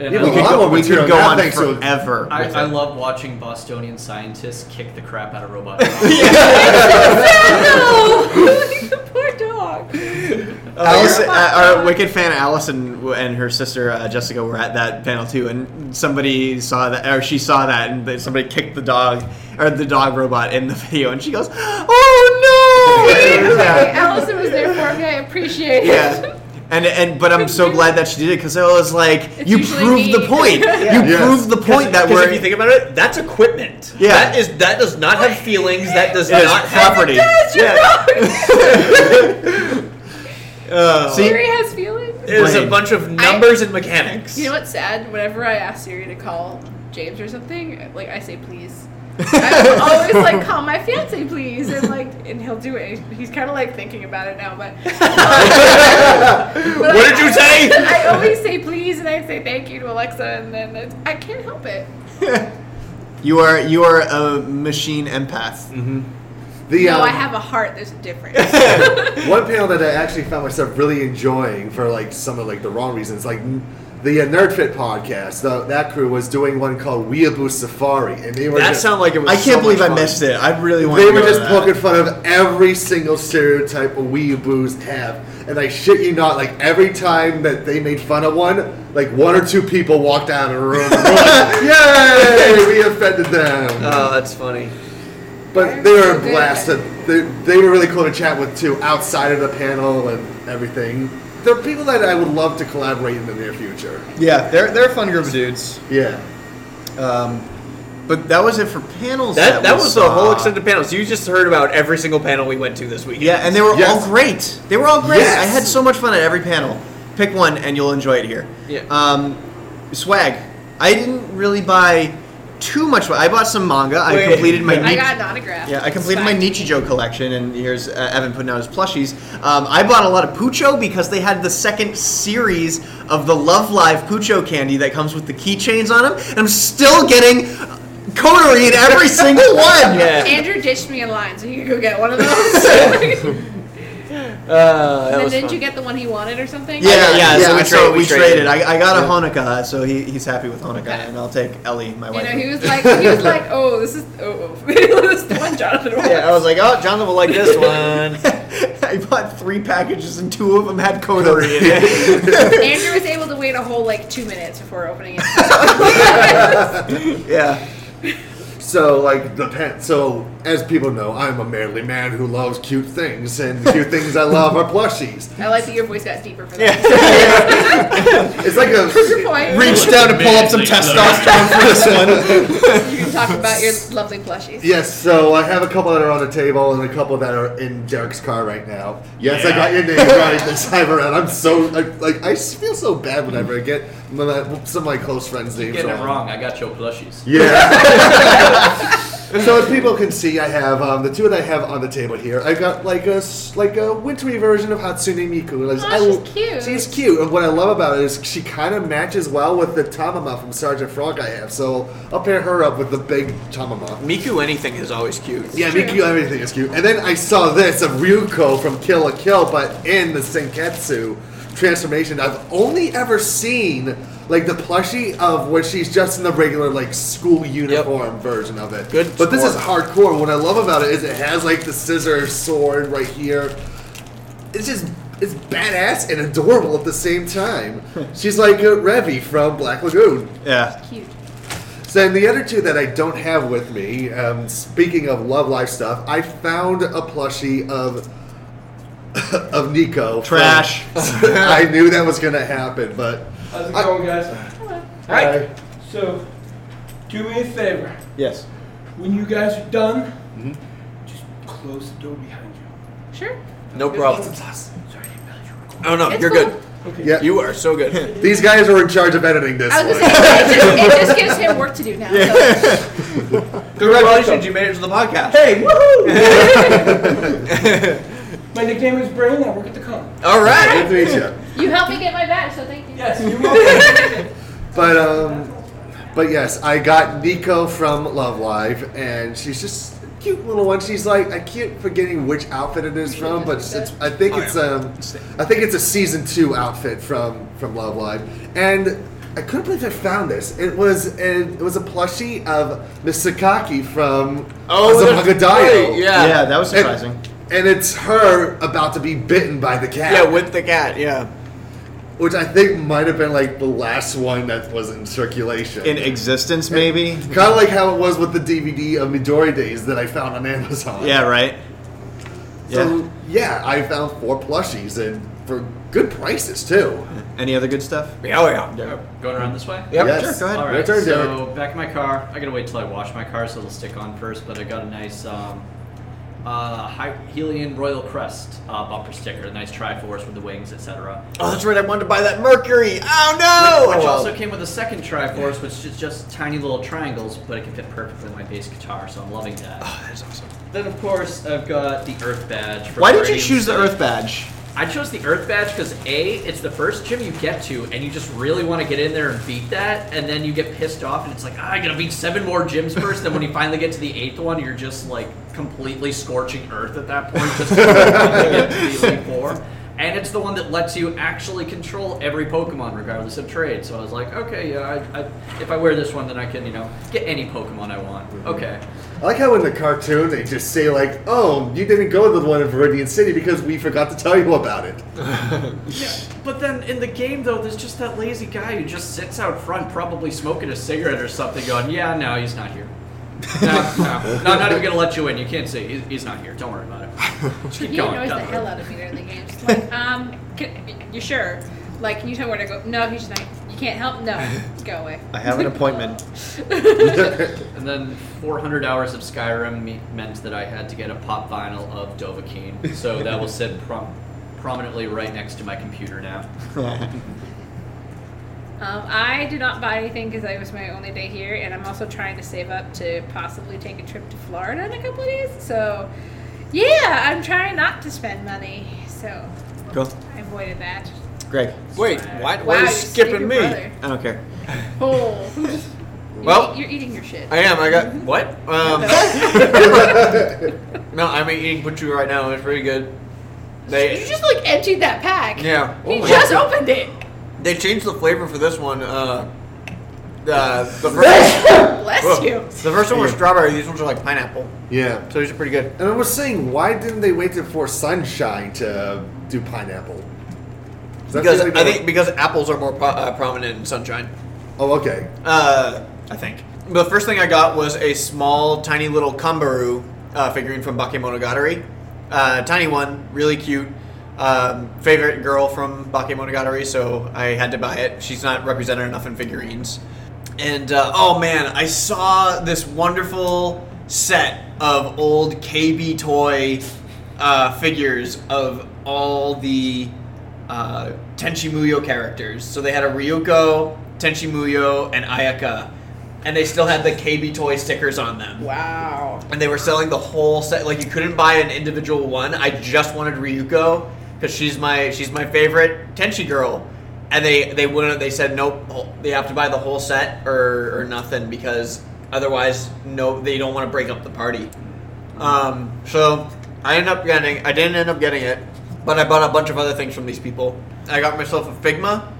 Speaker 6: And
Speaker 4: Yeah,
Speaker 6: I
Speaker 3: We
Speaker 4: but
Speaker 3: could
Speaker 4: I
Speaker 3: go,
Speaker 4: want
Speaker 3: we
Speaker 4: material
Speaker 3: could go
Speaker 4: now,
Speaker 3: on
Speaker 4: thanks to-
Speaker 3: forever.
Speaker 6: I,
Speaker 3: with
Speaker 6: I
Speaker 3: it.
Speaker 6: love watching Bostonian scientists kick the crap out
Speaker 8: (laughs)
Speaker 6: of robot dogs.
Speaker 2: no! the poor
Speaker 3: (laughs)
Speaker 2: dog.
Speaker 3: Allison,
Speaker 2: you're-
Speaker 3: uh, our wicked fan Allison w- and her sister uh, Jessica were at that panel too, and somebody saw that, or she saw that, and then somebody kicked the dog or the dog robot in the (laughs) video, and she goes,
Speaker 4: (laughs)
Speaker 3: "Oh no!"
Speaker 2: Okay, Allison was there for me. I appreciate it. (laughs)
Speaker 3: yeah. And, and but I'm so glad that she did it because I was like,
Speaker 2: It's
Speaker 3: you
Speaker 2: usually
Speaker 3: proved the
Speaker 2: me."
Speaker 3: (laughs) point.
Speaker 2: Yeah.
Speaker 3: You
Speaker 4: Yes.
Speaker 3: proved the point that
Speaker 7: Because
Speaker 3: we're
Speaker 7: if you think about it, that's equipment.
Speaker 3: Yeah.
Speaker 7: That is that does not have feelings. That does
Speaker 3: it is
Speaker 7: not have
Speaker 3: property.
Speaker 2: Yes, you're
Speaker 7: Uh,
Speaker 3: See,
Speaker 2: Siri has feelings.
Speaker 7: It is a
Speaker 3: Brain.
Speaker 7: bunch of numbers and mechanics.
Speaker 2: You know what's sad? Whenever I ask Siri to call James or something, like I say please.
Speaker 7: (laughs)
Speaker 2: I always like call my fiance please, and like, and he'll do it. He's kind of like thinking about it now,
Speaker 7: (laughs)
Speaker 2: but. But
Speaker 7: What
Speaker 2: I-
Speaker 7: did you say?
Speaker 2: I always say please, and I say thank you to Alexa, and then it's, I can't help it.
Speaker 3: you are you are a machine empath.
Speaker 4: The
Speaker 2: No,
Speaker 4: um,
Speaker 2: I have a heart. There's a difference.
Speaker 4: one panel that I actually found myself really enjoying for like some of like the wrong reasons, like n- the uh, Nerdfit podcast. The, that crew was doing one called Weeaboo Safari, and they were
Speaker 7: that
Speaker 4: just,
Speaker 7: sound like it was.
Speaker 3: I can't
Speaker 7: so
Speaker 3: believe
Speaker 7: much
Speaker 3: I
Speaker 7: fun.
Speaker 3: missed it. I really want.
Speaker 4: they
Speaker 3: to
Speaker 4: were
Speaker 3: go to
Speaker 4: just
Speaker 3: that.
Speaker 4: poking fun of every single stereotype weeaboos have, and I shit you not, like every time that they made fun of one, like one or two people walked out of the room. And were
Speaker 7: (laughs)
Speaker 4: like, Yay, we offended them.
Speaker 7: Oh, that's funny.
Speaker 4: But they were a blast. to- They, they were really cool to chat with too, outside of the panel and everything. They're people that I would love to collaborate in the near future.
Speaker 3: Yeah, they're they're a fun group of dudes.
Speaker 4: Yeah.
Speaker 3: Um, but that was it for panels.
Speaker 7: That, that
Speaker 3: we
Speaker 7: was the whole
Speaker 3: saw.
Speaker 7: extent of panels. You just heard about every single panel we went to this weekend.
Speaker 3: Yeah, and they were
Speaker 4: Yes.
Speaker 3: all great. They were all great.
Speaker 4: Yes.
Speaker 3: I had so much fun at every panel. Pick one, and you'll enjoy it here.
Speaker 7: Yeah.
Speaker 3: Um, swag. I didn't really buy too much. I bought some manga. I
Speaker 7: Wait.
Speaker 3: completed my.
Speaker 2: I
Speaker 3: Nietzsche-
Speaker 2: got an autograph.
Speaker 3: Yeah, I completed my
Speaker 2: Swag.
Speaker 3: Nichijou collection, and here's uh, Evan putting out his plushies. Um, I bought a lot of Pucho because they had the second series of the Love Live Pucho candy that comes with the keychains on them, and I'm still getting coterie in every single one.
Speaker 7: Yeah.
Speaker 2: Andrew ditched me in line, so you could go get one of those. and
Speaker 7: Uh, that
Speaker 2: then
Speaker 7: was
Speaker 2: didn't
Speaker 7: fun.
Speaker 2: you get the one he wanted or something?
Speaker 3: Yeah,
Speaker 7: yeah,
Speaker 3: yeah,
Speaker 7: so
Speaker 3: so, we,
Speaker 7: we trade- we
Speaker 3: we
Speaker 7: traded.
Speaker 3: traded. I, I got a Hanukkah, so he, he's happy with Hanukkah, and I'll take Ellie, my
Speaker 1: Oh,
Speaker 2: You
Speaker 3: wife.
Speaker 2: know, he was like, he was like, oh, this is, oh, (laughs) oh. this is the one Jonathan wants.
Speaker 7: yeah, I was like, oh, Jonathan will
Speaker 1: (laughs)
Speaker 7: like this one.
Speaker 3: I bought three packages, and two of them had coterie
Speaker 1: (laughs)
Speaker 3: in it.
Speaker 2: Andrew was able to wait a whole like two minutes before opening it.
Speaker 3: yeah.
Speaker 4: So like the pan. So as people know, I'm a manly man who loves cute things, and the cute things I love are plushies.
Speaker 2: I like that your voice got deeper for that.
Speaker 4: It's like a
Speaker 2: Your point.
Speaker 3: Reached down to pull up some testosterone for this one.
Speaker 2: You can talk about your lovely plushies.
Speaker 4: Yes, so I have a couple that are on the table and a couple that are in Derek's car right now. Yes, I got your name right this time around. I'm so I, like I s- feel so bad whenever I get when I- some of my close friends' names
Speaker 6: Getting it
Speaker 4: wrong.
Speaker 6: wrong. I got your plushies.
Speaker 4: Yeah.
Speaker 6: (laughs)
Speaker 4: so as people can see, I have um, the two that I have on the table here. I've got like a s- like a wintry version of Hatsune Miku. Like,
Speaker 2: Aw,
Speaker 4: I
Speaker 2: Oh, she's
Speaker 4: l-
Speaker 2: cute.
Speaker 4: She's cute, and what I love about it is she kind of matches well with the Tamama from Sergeant Frog I have. So I'll pair her up with the big Tamama.
Speaker 3: Miku anything is always cute.
Speaker 4: Yeah, Miku, everything is cute. And then I saw this of Ryuko from Kill a Kill, but in the Senketsu transformation. I've only ever seen like the plushie of when she's just in the regular like school uniform version of it.
Speaker 3: Good
Speaker 4: but this is
Speaker 3: sport.
Speaker 4: hardcore. What I love about it is it has like the scissor sword right here. It's just it's badass and adorable at the same time. she's like uh, Revy from Black Lagoon.
Speaker 1: Yeah.
Speaker 2: Cute.
Speaker 4: So then the other two that I don't have with me, um, speaking of love life stuff, I found a plushie of (laughs) of Nico. from-
Speaker 1: Trash.
Speaker 4: (laughs) I knew that was gonna happen, but uh,
Speaker 8: How's it
Speaker 4: I-
Speaker 8: going, guys?
Speaker 4: I,
Speaker 8: So, do me a favor.
Speaker 1: Yes.
Speaker 8: When you guys are done, just close the door behind you.
Speaker 2: Sure.
Speaker 3: No (laughs) problem.
Speaker 8: Sorry, I didn't realize you were recording.
Speaker 3: Oh no,
Speaker 2: It's
Speaker 3: you're
Speaker 2: cool.
Speaker 3: good.
Speaker 8: Okay.
Speaker 4: yeah,
Speaker 3: You are so good.
Speaker 4: these guys are in charge of editing this.
Speaker 2: I was
Speaker 4: one.
Speaker 2: gonna say it just, it just gives him work to do now. So.
Speaker 3: Congratulations, you made it to the podcast.
Speaker 8: Hey, woohoo! My nickname is Brain. I work at the con.
Speaker 3: All right.
Speaker 4: Good to meet you.
Speaker 2: You helped me get my badge, so thank you.
Speaker 8: Yes, you're welcome.
Speaker 4: But um, but yes, I got Nico from Love Live, and she's just a cute little one. She's like I keep forgetting which outfit it is from, but it's, it's- I think
Speaker 3: Oh,
Speaker 4: it's
Speaker 3: yeah.
Speaker 4: um, I think it's a season two outfit from from Love Live, and. I couldn't believe I found this. It was a, it was a plushie of Miss Sakaki from
Speaker 3: Oh, that's
Speaker 4: Azumagadayo.
Speaker 3: right, Yeah.
Speaker 1: yeah, that was
Speaker 4: And-
Speaker 1: surprising.
Speaker 4: And it's her about to be bitten by the cat.
Speaker 3: Yeah, with the cat. Yeah.
Speaker 4: which I think might have been like the last one that was in circulation.
Speaker 1: In existence, maybe.
Speaker 4: Kind of like how it was with the DVD of Midori Days that I found on Amazon.
Speaker 1: Yeah. Right. Yeah.
Speaker 4: So, yeah, I found four plushies and for good prices too.
Speaker 1: Any other good stuff?
Speaker 3: Yeah, oh, yeah.
Speaker 6: Oh, Going around this way?
Speaker 3: Yep.
Speaker 4: Yes.
Speaker 1: Sure, go ahead.
Speaker 6: All
Speaker 4: Your
Speaker 6: right,
Speaker 4: turn,
Speaker 6: so back in my car. I gotta wait till I wash my car, so it'll stick on first. But I got a nice um, uh, Hy- Helian Royal Crest uh, bumper sticker, nice Triforce with the wings, etc.
Speaker 3: Oh, that's right. I wanted to buy that Mercury. Oh no.
Speaker 6: Which
Speaker 3: Well,
Speaker 6: also came with a second Triforce, which is just tiny little triangles, but it can fit perfectly in my bass guitar, so I'm loving that.
Speaker 1: Oh,
Speaker 3: that's awesome.
Speaker 6: Then, of course, I've got the Earth Badge. from
Speaker 1: Why did you
Speaker 6: Radiant
Speaker 1: choose the
Speaker 6: City.
Speaker 1: Earth badge?
Speaker 6: I chose the Earth Badge because A, it's the first gym you get to, and you just really want to get in there and beat that, and then you get pissed off, and it's like, ah, I gotta beat seven more gyms first. then when you finally get to the eighth one, you're just like completely scorching Earth at that point, just to get to the elite four. And it's the one that lets you actually control every Pokemon, regardless of trade. So I was like, okay, yeah, I, I, if I wear this one, then I can, you know, get any Pokemon I want. Okay.
Speaker 4: I like how in the cartoon they just say like, "Oh, you didn't go to the one in Viridian City because we forgot to tell you about it."
Speaker 6: Yeah, but then in the game though, there's just that lazy guy who just sits out front, probably smoking a cigarette or something, going, "Yeah, no, he's not here. No, no, no, not even gonna let you in. You can't see. He's, he's not here. Don't worry about it." Just keep
Speaker 2: He
Speaker 6: going.
Speaker 2: annoys the
Speaker 6: Done.
Speaker 2: hell out of me during the games. Like, um, can, you sure? Like, can you tell me where to go? No, he's not. You can't help. No, go away. (laughs)
Speaker 1: I have an appointment. (laughs)
Speaker 6: And then 400 hours of Skyrim me- meant that I had to get a pop vinyl of Dovahkiin, so that will sit prom- prominently right next to my computer now.
Speaker 2: Um, I did not buy anything because it was my only day here, and I'm also trying to save up to possibly take a trip to Florida in a couple of days. So, yeah, I'm trying not to spend money. So,
Speaker 1: Cool.
Speaker 2: I avoided that.
Speaker 1: Greg.
Speaker 3: Wait, why, why are
Speaker 2: you're
Speaker 3: you skipping
Speaker 2: your
Speaker 3: me?
Speaker 2: brother.
Speaker 1: I don't care.
Speaker 2: Oh, (laughs) who just, you're,
Speaker 3: Well-
Speaker 2: eat- you're eating your shit.
Speaker 3: I am. I got
Speaker 6: Mm-hmm.
Speaker 3: what? (laughs) Um, no, I'm eating butcher right now. It's pretty good.
Speaker 2: you
Speaker 3: They
Speaker 2: just like emptied that pack.
Speaker 3: Yeah.
Speaker 2: You
Speaker 3: Oh my
Speaker 2: just
Speaker 3: God.
Speaker 2: opened
Speaker 3: (laughs)
Speaker 2: it.
Speaker 3: they changed the flavor for this one. Uh, uh, (laughs) the first,
Speaker 2: Bless
Speaker 3: Whoa.
Speaker 2: you.
Speaker 3: the first one was strawberry. These ones are like pineapple.
Speaker 4: Yeah.
Speaker 3: So these are pretty good.
Speaker 4: And I was saying, why didn't they wait for sunshine to do pineapple? 'Cause I feel
Speaker 3: Because
Speaker 4: like
Speaker 3: I
Speaker 4: they-
Speaker 3: think because apples are more pro- uh, prominent in sunshine.
Speaker 4: Oh, okay.
Speaker 3: Uh, I think. The first thing I got was a small, tiny little Kumbaru uh, figurine from Bakemonogatari. Uh, tiny one, really cute. Um, favorite girl from Bakemonogatari, so I had to buy it. She's not represented enough in figurines. and uh, oh man, I saw this wonderful set of old KB toy uh, figures of all the uh, Tenchi Muyo characters. So they had a Ryuko, Tenchi Muyo, and Ayaka, and they still had the KB toy stickers on them
Speaker 2: Wow.
Speaker 3: and they were selling the whole set. Like you couldn't buy an individual one. I just wanted Ryuko because she's my she's my favorite Tenchi girl. And they they wouldn't. They said nope. whole- They have to buy the whole set or or nothing because otherwise no they don't want to break up the party. Um, so I ended up getting I didn't end up getting it, but I bought a bunch of other things from these people. I got myself a Figma,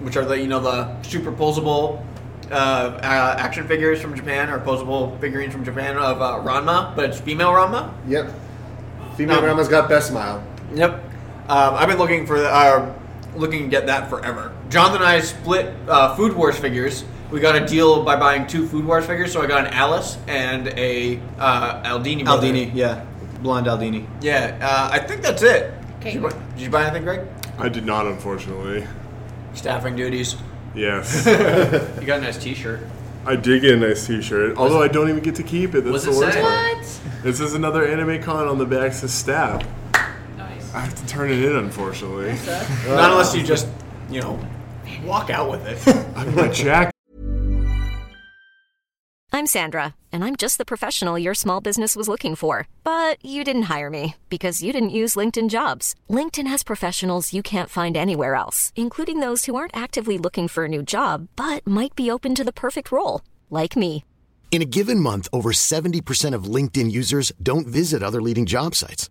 Speaker 3: which are the you know the super posable uh, uh, action figures from Japan or posable figurines from Japan of uh, Ranma, but it's female Ranma.
Speaker 4: Yep. Female
Speaker 3: Um,
Speaker 4: grandma's got best smile.
Speaker 3: Yep. Um, I've been looking for uh, looking to get that forever. Jonathan and I split uh, Food Wars figures. We got a deal by buying two Food Wars figures, so I got an Alice and a uh, Aldini. brother.
Speaker 1: Aldini, yeah. Blonde Aldini.
Speaker 3: Yeah, uh, I think that's it.
Speaker 2: Okay.
Speaker 3: Did you, bu- did you buy anything, Greg?
Speaker 5: I did not, unfortunately.
Speaker 3: Staffing duties.
Speaker 5: Yes.
Speaker 6: You got a nice T-shirt.
Speaker 5: I did get a nice T-shirt, although I don't even get to keep it. That's
Speaker 6: What's
Speaker 5: the
Speaker 6: it
Speaker 5: worst
Speaker 6: say?
Speaker 5: part.
Speaker 2: What?
Speaker 5: This is another anime con on the back says stab.
Speaker 6: Nice.
Speaker 5: I have to turn it in, unfortunately.
Speaker 3: Not unless you just, you know, walk out with it.
Speaker 5: I'm my jack.
Speaker 9: I'm Sandra, and I'm just the professional your small business was looking for. But you didn't hire me because you didn't use LinkedIn jobs. LinkedIn has professionals you can't find anywhere else, including those who aren't actively looking for a new job but might be open to the perfect role, like me.
Speaker 10: In a given month, over 70% of LinkedIn users don't visit other leading job sites.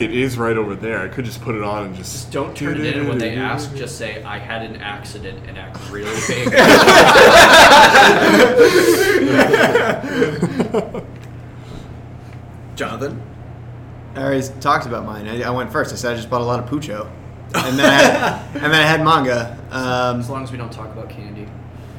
Speaker 5: It is right over there. I could just put it on and just
Speaker 6: Just don't turn it in and when they ask. Just say I had an accident and act really big.
Speaker 3: (laughs) Jonathan?
Speaker 1: I already talked about mine. I, I went first. I said I just bought a lot of Pucho. And then I
Speaker 7: (laughs)
Speaker 1: had, and then I had manga.
Speaker 6: as
Speaker 1: Um,
Speaker 6: long as we don't talk about candy.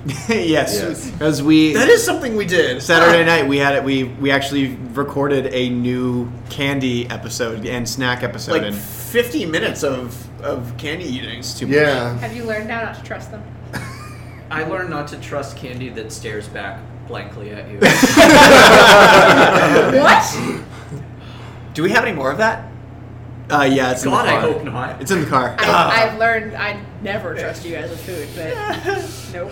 Speaker 1: (laughs) yes, because we
Speaker 3: That is something we did. Ah,
Speaker 1: Saturday night we had it. We we actually recorded a new candy episode and snack episode.
Speaker 3: Like
Speaker 1: and
Speaker 3: 50 minutes of, of candy eating.
Speaker 1: too much.
Speaker 4: Yeah.
Speaker 2: Have you learned now not to trust them?
Speaker 6: I learned not to trust candy that stares back blankly at you.
Speaker 2: what?
Speaker 3: Do we have any more of that?
Speaker 1: Uh, yeah, it's
Speaker 6: God,
Speaker 1: in the
Speaker 6: I
Speaker 1: car.
Speaker 6: hope not.
Speaker 1: It's in the car.
Speaker 2: I, I've learned I never trust you guys with food, but nope.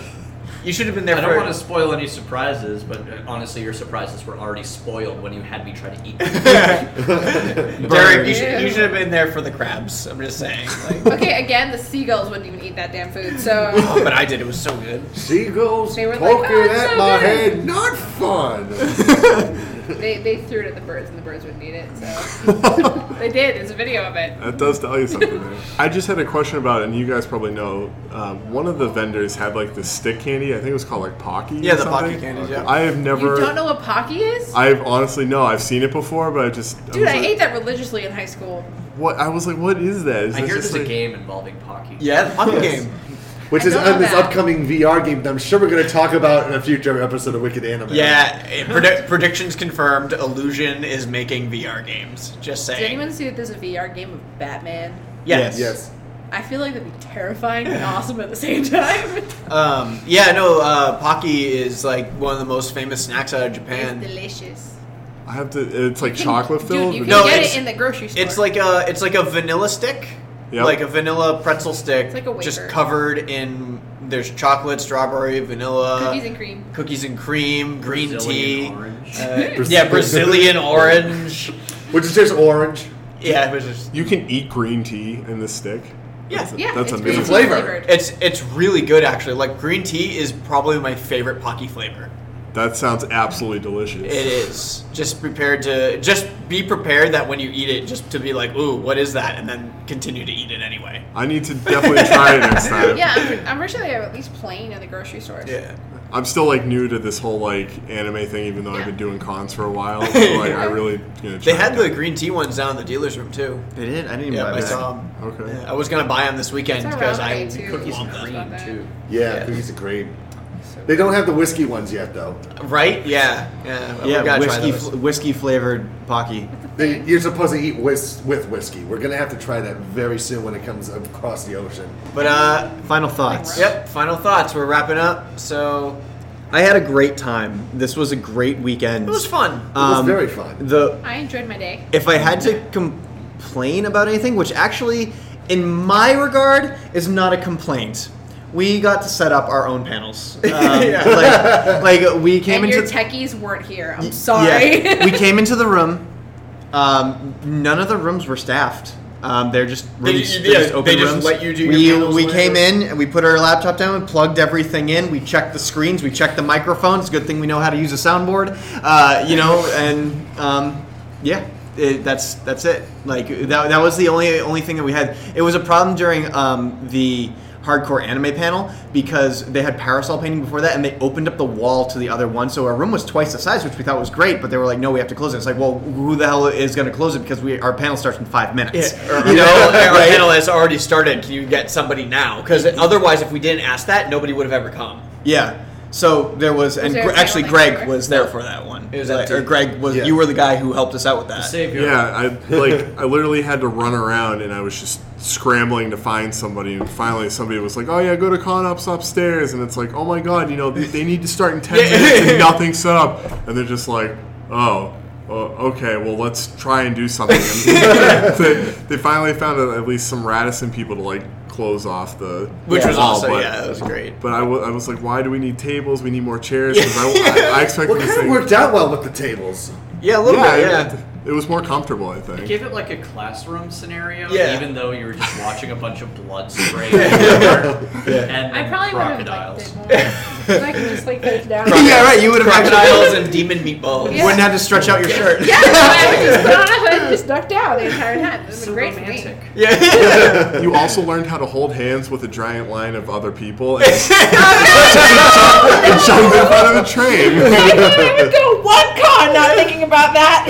Speaker 3: You should have been there
Speaker 6: I
Speaker 3: for
Speaker 6: don't want to spoil any surprises, but uh, honestly, your surprises were already spoiled when you had me try to eat.
Speaker 3: Derek, you should,
Speaker 2: Ew.
Speaker 3: you should have been there for the crabs. I'm just saying. Like,
Speaker 2: Okay, again, the seagulls wouldn't even eat that damn food,
Speaker 3: (laughs)
Speaker 2: so
Speaker 3: oh, but I did. It was so good.
Speaker 4: Seagulls
Speaker 2: They were like,
Speaker 4: poking
Speaker 2: "Oh, it's
Speaker 4: at
Speaker 2: so
Speaker 4: my
Speaker 2: good."
Speaker 4: head. Not fun.
Speaker 2: they, they threw it at the birds and the birds wouldn't eat it, so they did. There's a video of it.
Speaker 5: That does tell you something. there. I just had a question about, it, and you guys probably know. Um, one of the vendors had like the stick candy. I think it was called like Pocky.
Speaker 3: Yeah,
Speaker 5: or
Speaker 3: the Pocky
Speaker 5: something.
Speaker 3: candies, yeah.
Speaker 5: I have never.
Speaker 2: You don't know what Pocky is?
Speaker 5: I've honestly no. I've seen it before, but I just.
Speaker 2: Dude,
Speaker 5: was
Speaker 2: I
Speaker 5: like,
Speaker 2: ate that religiously in high school.
Speaker 5: What I was like, what is that? Is
Speaker 6: I
Speaker 5: this
Speaker 6: hear
Speaker 5: just,
Speaker 6: there's a
Speaker 5: like-
Speaker 6: game involving Pocky.
Speaker 3: Yeah, the pumpkin game.
Speaker 4: Which
Speaker 2: I
Speaker 4: is
Speaker 2: don't know
Speaker 4: on this
Speaker 2: that.
Speaker 4: upcoming VR game that I'm sure we're going to talk about in a future episode of Wicked Anime.
Speaker 3: Yeah, it- predi- predictions confirmed. Illusion is making VR games. Just saying.
Speaker 2: Did anyone see that there's a VR game of Batman?
Speaker 3: Yes.
Speaker 4: Yes.
Speaker 2: I feel like that'd be terrifying and awesome at the same (laughs) time.
Speaker 3: Um, yeah. No. Uh, Pocky is like one of the most famous snacks out of Japan.
Speaker 2: it's delicious.
Speaker 5: I have to. It's like
Speaker 2: You can-
Speaker 5: chocolate filled.
Speaker 2: Dude, you can
Speaker 5: but
Speaker 3: No,
Speaker 5: it's-
Speaker 2: get
Speaker 3: it's-
Speaker 2: it in the grocery store.
Speaker 3: It's like a it's like a vanilla stick,
Speaker 5: Yep.
Speaker 3: like a vanilla pretzel stick,
Speaker 2: It's like a
Speaker 3: just
Speaker 2: wafer.
Speaker 3: covered in there's chocolate, strawberry, vanilla,
Speaker 2: cookies and cream.
Speaker 3: cookies and cream, green
Speaker 6: Brazilian
Speaker 3: tea,
Speaker 6: orange.
Speaker 3: uh, yeah,
Speaker 6: (laughs)
Speaker 3: Brazilian orange.
Speaker 4: Which is just orange.
Speaker 3: Yeah, it was just
Speaker 5: You can eat green tea in this stick.
Speaker 3: yeah,
Speaker 2: Yeah, it's
Speaker 5: That's amazing.
Speaker 2: green tea
Speaker 4: Flavor.
Speaker 2: flavored.
Speaker 3: It's it's really good actually. Like green tea is probably my favorite pocky flavor.
Speaker 5: That sounds absolutely delicious.
Speaker 6: It is. Just prepared to just be prepared that when you eat it, just to be like, ooh, what is that? And then continue to eat it anyway.
Speaker 5: I need to definitely try it next time.
Speaker 2: (laughs) yeah, I'm, pre- I'm pretty sure they have at least plain in the grocery store.
Speaker 6: Yeah.
Speaker 5: I'm still like new to this whole like anime thing, even though I've been doing cons for
Speaker 6: (laughs)
Speaker 5: a while. So like I really you know.
Speaker 6: They had the green tea ones down in the dealer's room too.
Speaker 5: They did? I didn't even
Speaker 6: yeah,
Speaker 5: buy
Speaker 6: I
Speaker 5: that.
Speaker 3: um,
Speaker 6: saw 'em.
Speaker 5: Okay.
Speaker 6: Yeah, I was gonna buy them this weekend
Speaker 2: It's
Speaker 6: because
Speaker 2: around
Speaker 6: I
Speaker 2: me, too.
Speaker 6: cookies
Speaker 2: Love
Speaker 6: and
Speaker 2: that
Speaker 6: cream
Speaker 2: stuff.
Speaker 6: too.
Speaker 4: Yeah, cookies and cream. They don't have the whiskey ones yet, though.
Speaker 6: Right? Yeah. Yeah. we
Speaker 4: Yeah,
Speaker 6: gotta
Speaker 4: whiskey
Speaker 6: try those.
Speaker 4: fl-
Speaker 6: whiskey flavored (laughs)
Speaker 4: Pocky. You're supposed to eat whis- with whiskey. We're gonna have to try that very soon when it comes across the ocean.
Speaker 6: But uh,
Speaker 4: final thoughts.
Speaker 6: Yep. Final thoughts. We're wrapping up. So
Speaker 3: I had a great time. This was a great weekend.
Speaker 6: it was fun.
Speaker 3: Um, The
Speaker 2: I enjoyed my day.
Speaker 3: if I had to complain about anything, which actually, in my regard, is not a complaint. We got to set up our own
Speaker 6: (laughs)
Speaker 3: panels. Um, like, like we came
Speaker 2: and
Speaker 3: into
Speaker 2: your techies weren't here. I'm sorry. (laughs)
Speaker 3: yeah, we came into the room. Um, none of the rooms were staffed. Um, they're just
Speaker 6: They
Speaker 3: rooms.
Speaker 6: ju-
Speaker 3: they're
Speaker 6: yeah,
Speaker 3: just open
Speaker 6: they just
Speaker 3: rooms.
Speaker 6: let you do your
Speaker 3: we
Speaker 6: panels
Speaker 3: we
Speaker 6: later.
Speaker 3: came in and we put our laptop down and plugged everything in. We checked the screens. We checked the microphones. Good thing we know how to use a soundboard. Uh, you know, and um, yeah, it, that's that's it. Like that, that was the only only thing that we had. It was a problem during um, the hardcore anime panel because they had parasol painting before that and they opened up the wall to the other one so our room was twice the size which we thought was great but they were like no we have to close it it's like well who the hell is going to close it because we our panel starts in five minutes
Speaker 6: you know, (laughs) our panel has already started. Can you get somebody now? Because otherwise, if we didn't ask that, nobody would have ever come.
Speaker 3: Yeah. So there was, and
Speaker 6: there a
Speaker 3: Gre-
Speaker 6: panel
Speaker 3: actually,
Speaker 6: that
Speaker 3: Greg was there for that one. It was like, or Greg was. You were the guy who helped us out with that.
Speaker 5: Yeah, I
Speaker 6: (laughs)
Speaker 5: like I literally had to run around and I was just scrambling to find somebody and finally somebody was like, "Oh yeah, go to Con Ops upstairs." And it's like, "Oh my god, you know, they, they need to start in 10 minutes
Speaker 6: (laughs)
Speaker 5: and nothing's set up." And they're just like, "Oh, uh, okay, well, let's try and do something."
Speaker 6: (laughs)
Speaker 5: And (laughs) they, they finally found at least some Radisson people to like close off the
Speaker 6: Which was
Speaker 5: wall,
Speaker 6: also- yeah, that was great.
Speaker 5: But I wa- I was like, "Why do we need tables? We need
Speaker 6: (laughs)
Speaker 5: more chairs." 'Cause I, I, I expected
Speaker 4: Well,
Speaker 5: this
Speaker 4: kinda
Speaker 5: thing
Speaker 4: worked out well with the tables.
Speaker 6: Yeah, (laughs)
Speaker 5: It, it was more comfortable, I think.
Speaker 11: It gave it like a classroom scenario,
Speaker 5: Yeah.
Speaker 11: even though you were just watching a bunch of
Speaker 6: (laughs)
Speaker 11: blood spray everywhere and,
Speaker 2: I
Speaker 11: and
Speaker 2: probably would have
Speaker 11: crocodiles.
Speaker 2: liked it
Speaker 3: (laughs)
Speaker 2: more. 'Cause I could just like put it down.
Speaker 3: yeah, right. You would have
Speaker 6: crocodiles and demon meatballs.
Speaker 3: Wouldn't have to stretch out your shirt.
Speaker 2: Yeah, so I would
Speaker 3: (laughs)
Speaker 2: just put on a hood and just duck down the entire time. It was great romantic. for me.
Speaker 5: you also learned how to hold hands with a giant line of other people and, (laughs) and jump in front of
Speaker 2: (laughs)
Speaker 5: a train.
Speaker 2: I would go one con not thinking about that.
Speaker 5: (laughs)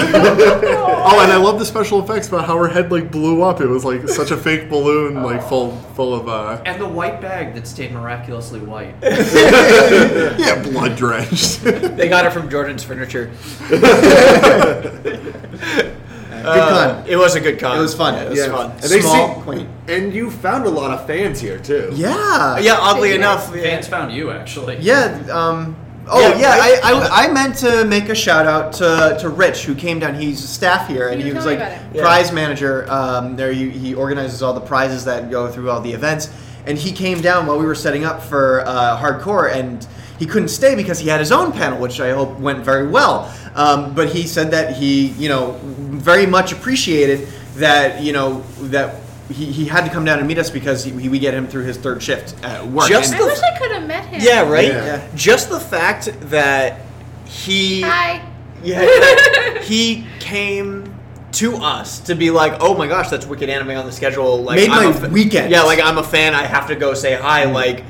Speaker 5: oh, and I love the special effects about how her head like blew up. It was like such a fake balloon, like full full of uh,
Speaker 11: And the white bag that stayed miraculously white.
Speaker 5: yeah, blood drenched.
Speaker 6: they got it from Jordan's furniture.
Speaker 4: Good
Speaker 6: Uh, It was a good con. Yeah, it was fun.
Speaker 4: And they
Speaker 6: Small,
Speaker 4: seem- And you found a lot of fans here too.
Speaker 3: Yeah.
Speaker 6: Oh, Yeah, oddly enough,
Speaker 11: fans found you actually.
Speaker 3: Yeah. Um, oh, yeah.
Speaker 6: Yeah, right?
Speaker 3: I, I, I meant to make a shout out to, to Rich, who came down. He's staff here, and
Speaker 6: You
Speaker 3: he
Speaker 6: were
Speaker 3: was
Speaker 6: telling
Speaker 3: like
Speaker 6: me about it.
Speaker 3: prize manager. Um, there, he, he organizes all the prizes that go through all the events. And he came down while we were setting up for uh, hardcore, and he couldn't stay because he had his own panel, which I hope went very well. Um, but he said that he, you know, very much appreciated that, you know, that. He, he had to come down and meet us because he, we get him through his third shift at work.
Speaker 6: Just
Speaker 3: And-
Speaker 2: I wish I could have met him.
Speaker 6: Yeah, right.
Speaker 3: Yeah.
Speaker 6: Just the fact that he
Speaker 2: Hi.
Speaker 3: (laughs)
Speaker 6: yeah, he came to us to be like, oh my gosh, that's wicked anime on the schedule. Like,
Speaker 3: Made
Speaker 6: I'm
Speaker 3: my
Speaker 6: a fa-
Speaker 3: weekend. Mm-hmm.
Speaker 6: Yeah, like I'm a fan. I have to go say hi. Like,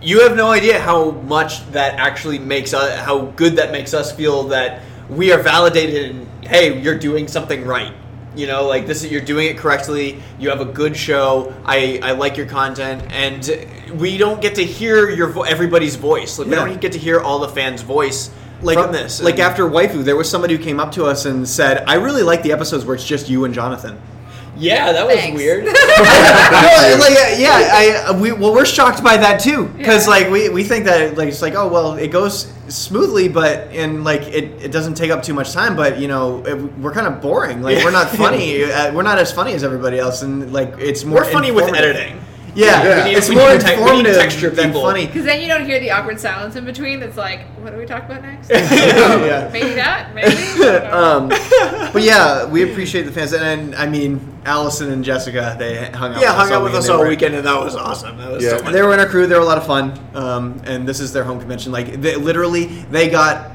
Speaker 6: you have no idea how much that actually makes us, how good that makes us feel that we are validated. And hey, you're doing something right. You know, like this, is you're doing it correctly. You have a good show. I, I like your content, and we don't get to hear your vo- everybody's voice. Like
Speaker 3: Yeah.
Speaker 6: we don't get to hear all the fans' voice like
Speaker 3: from
Speaker 6: this.
Speaker 3: Like
Speaker 6: and-
Speaker 3: after Waifu, there was somebody who came up to us and said, "I really like the episodes where it's just you and Jonathan."
Speaker 6: Yeah, that was
Speaker 3: (laughs)
Speaker 6: weird.
Speaker 3: no, like, uh, yeah, I we well we're shocked by that too because like we, we think that like it's like oh well it goes smoothly but and like it, it doesn't take up too much time but you know it, we're kind of boring like we're not funny uh, we're not as funny as everybody else and like it's more
Speaker 6: We're funny with
Speaker 3: informative.
Speaker 6: editing.
Speaker 3: yeah,
Speaker 6: Yeah. We need-
Speaker 3: it's
Speaker 6: we
Speaker 3: more
Speaker 6: need te- we need
Speaker 3: informative
Speaker 6: texture
Speaker 3: than
Speaker 6: people.
Speaker 3: funny
Speaker 2: Because then you don't hear the awkward silence in between. That's like, what do we talk about
Speaker 3: (laughs)
Speaker 2: next?
Speaker 3: Yeah.
Speaker 2: Maybe that. Maybe.
Speaker 3: (laughs) um, but yeah, we appreciate the fans, and, and I mean Allison and Jessica. They hung out.
Speaker 6: Yeah, hung
Speaker 3: with us
Speaker 6: out
Speaker 3: all
Speaker 6: with us
Speaker 3: They
Speaker 6: all
Speaker 3: were-
Speaker 6: weekend, and that was awesome. That was so much
Speaker 3: they were in our crew. They were a lot of fun, um, and this is their home convention. Like they, literally, they got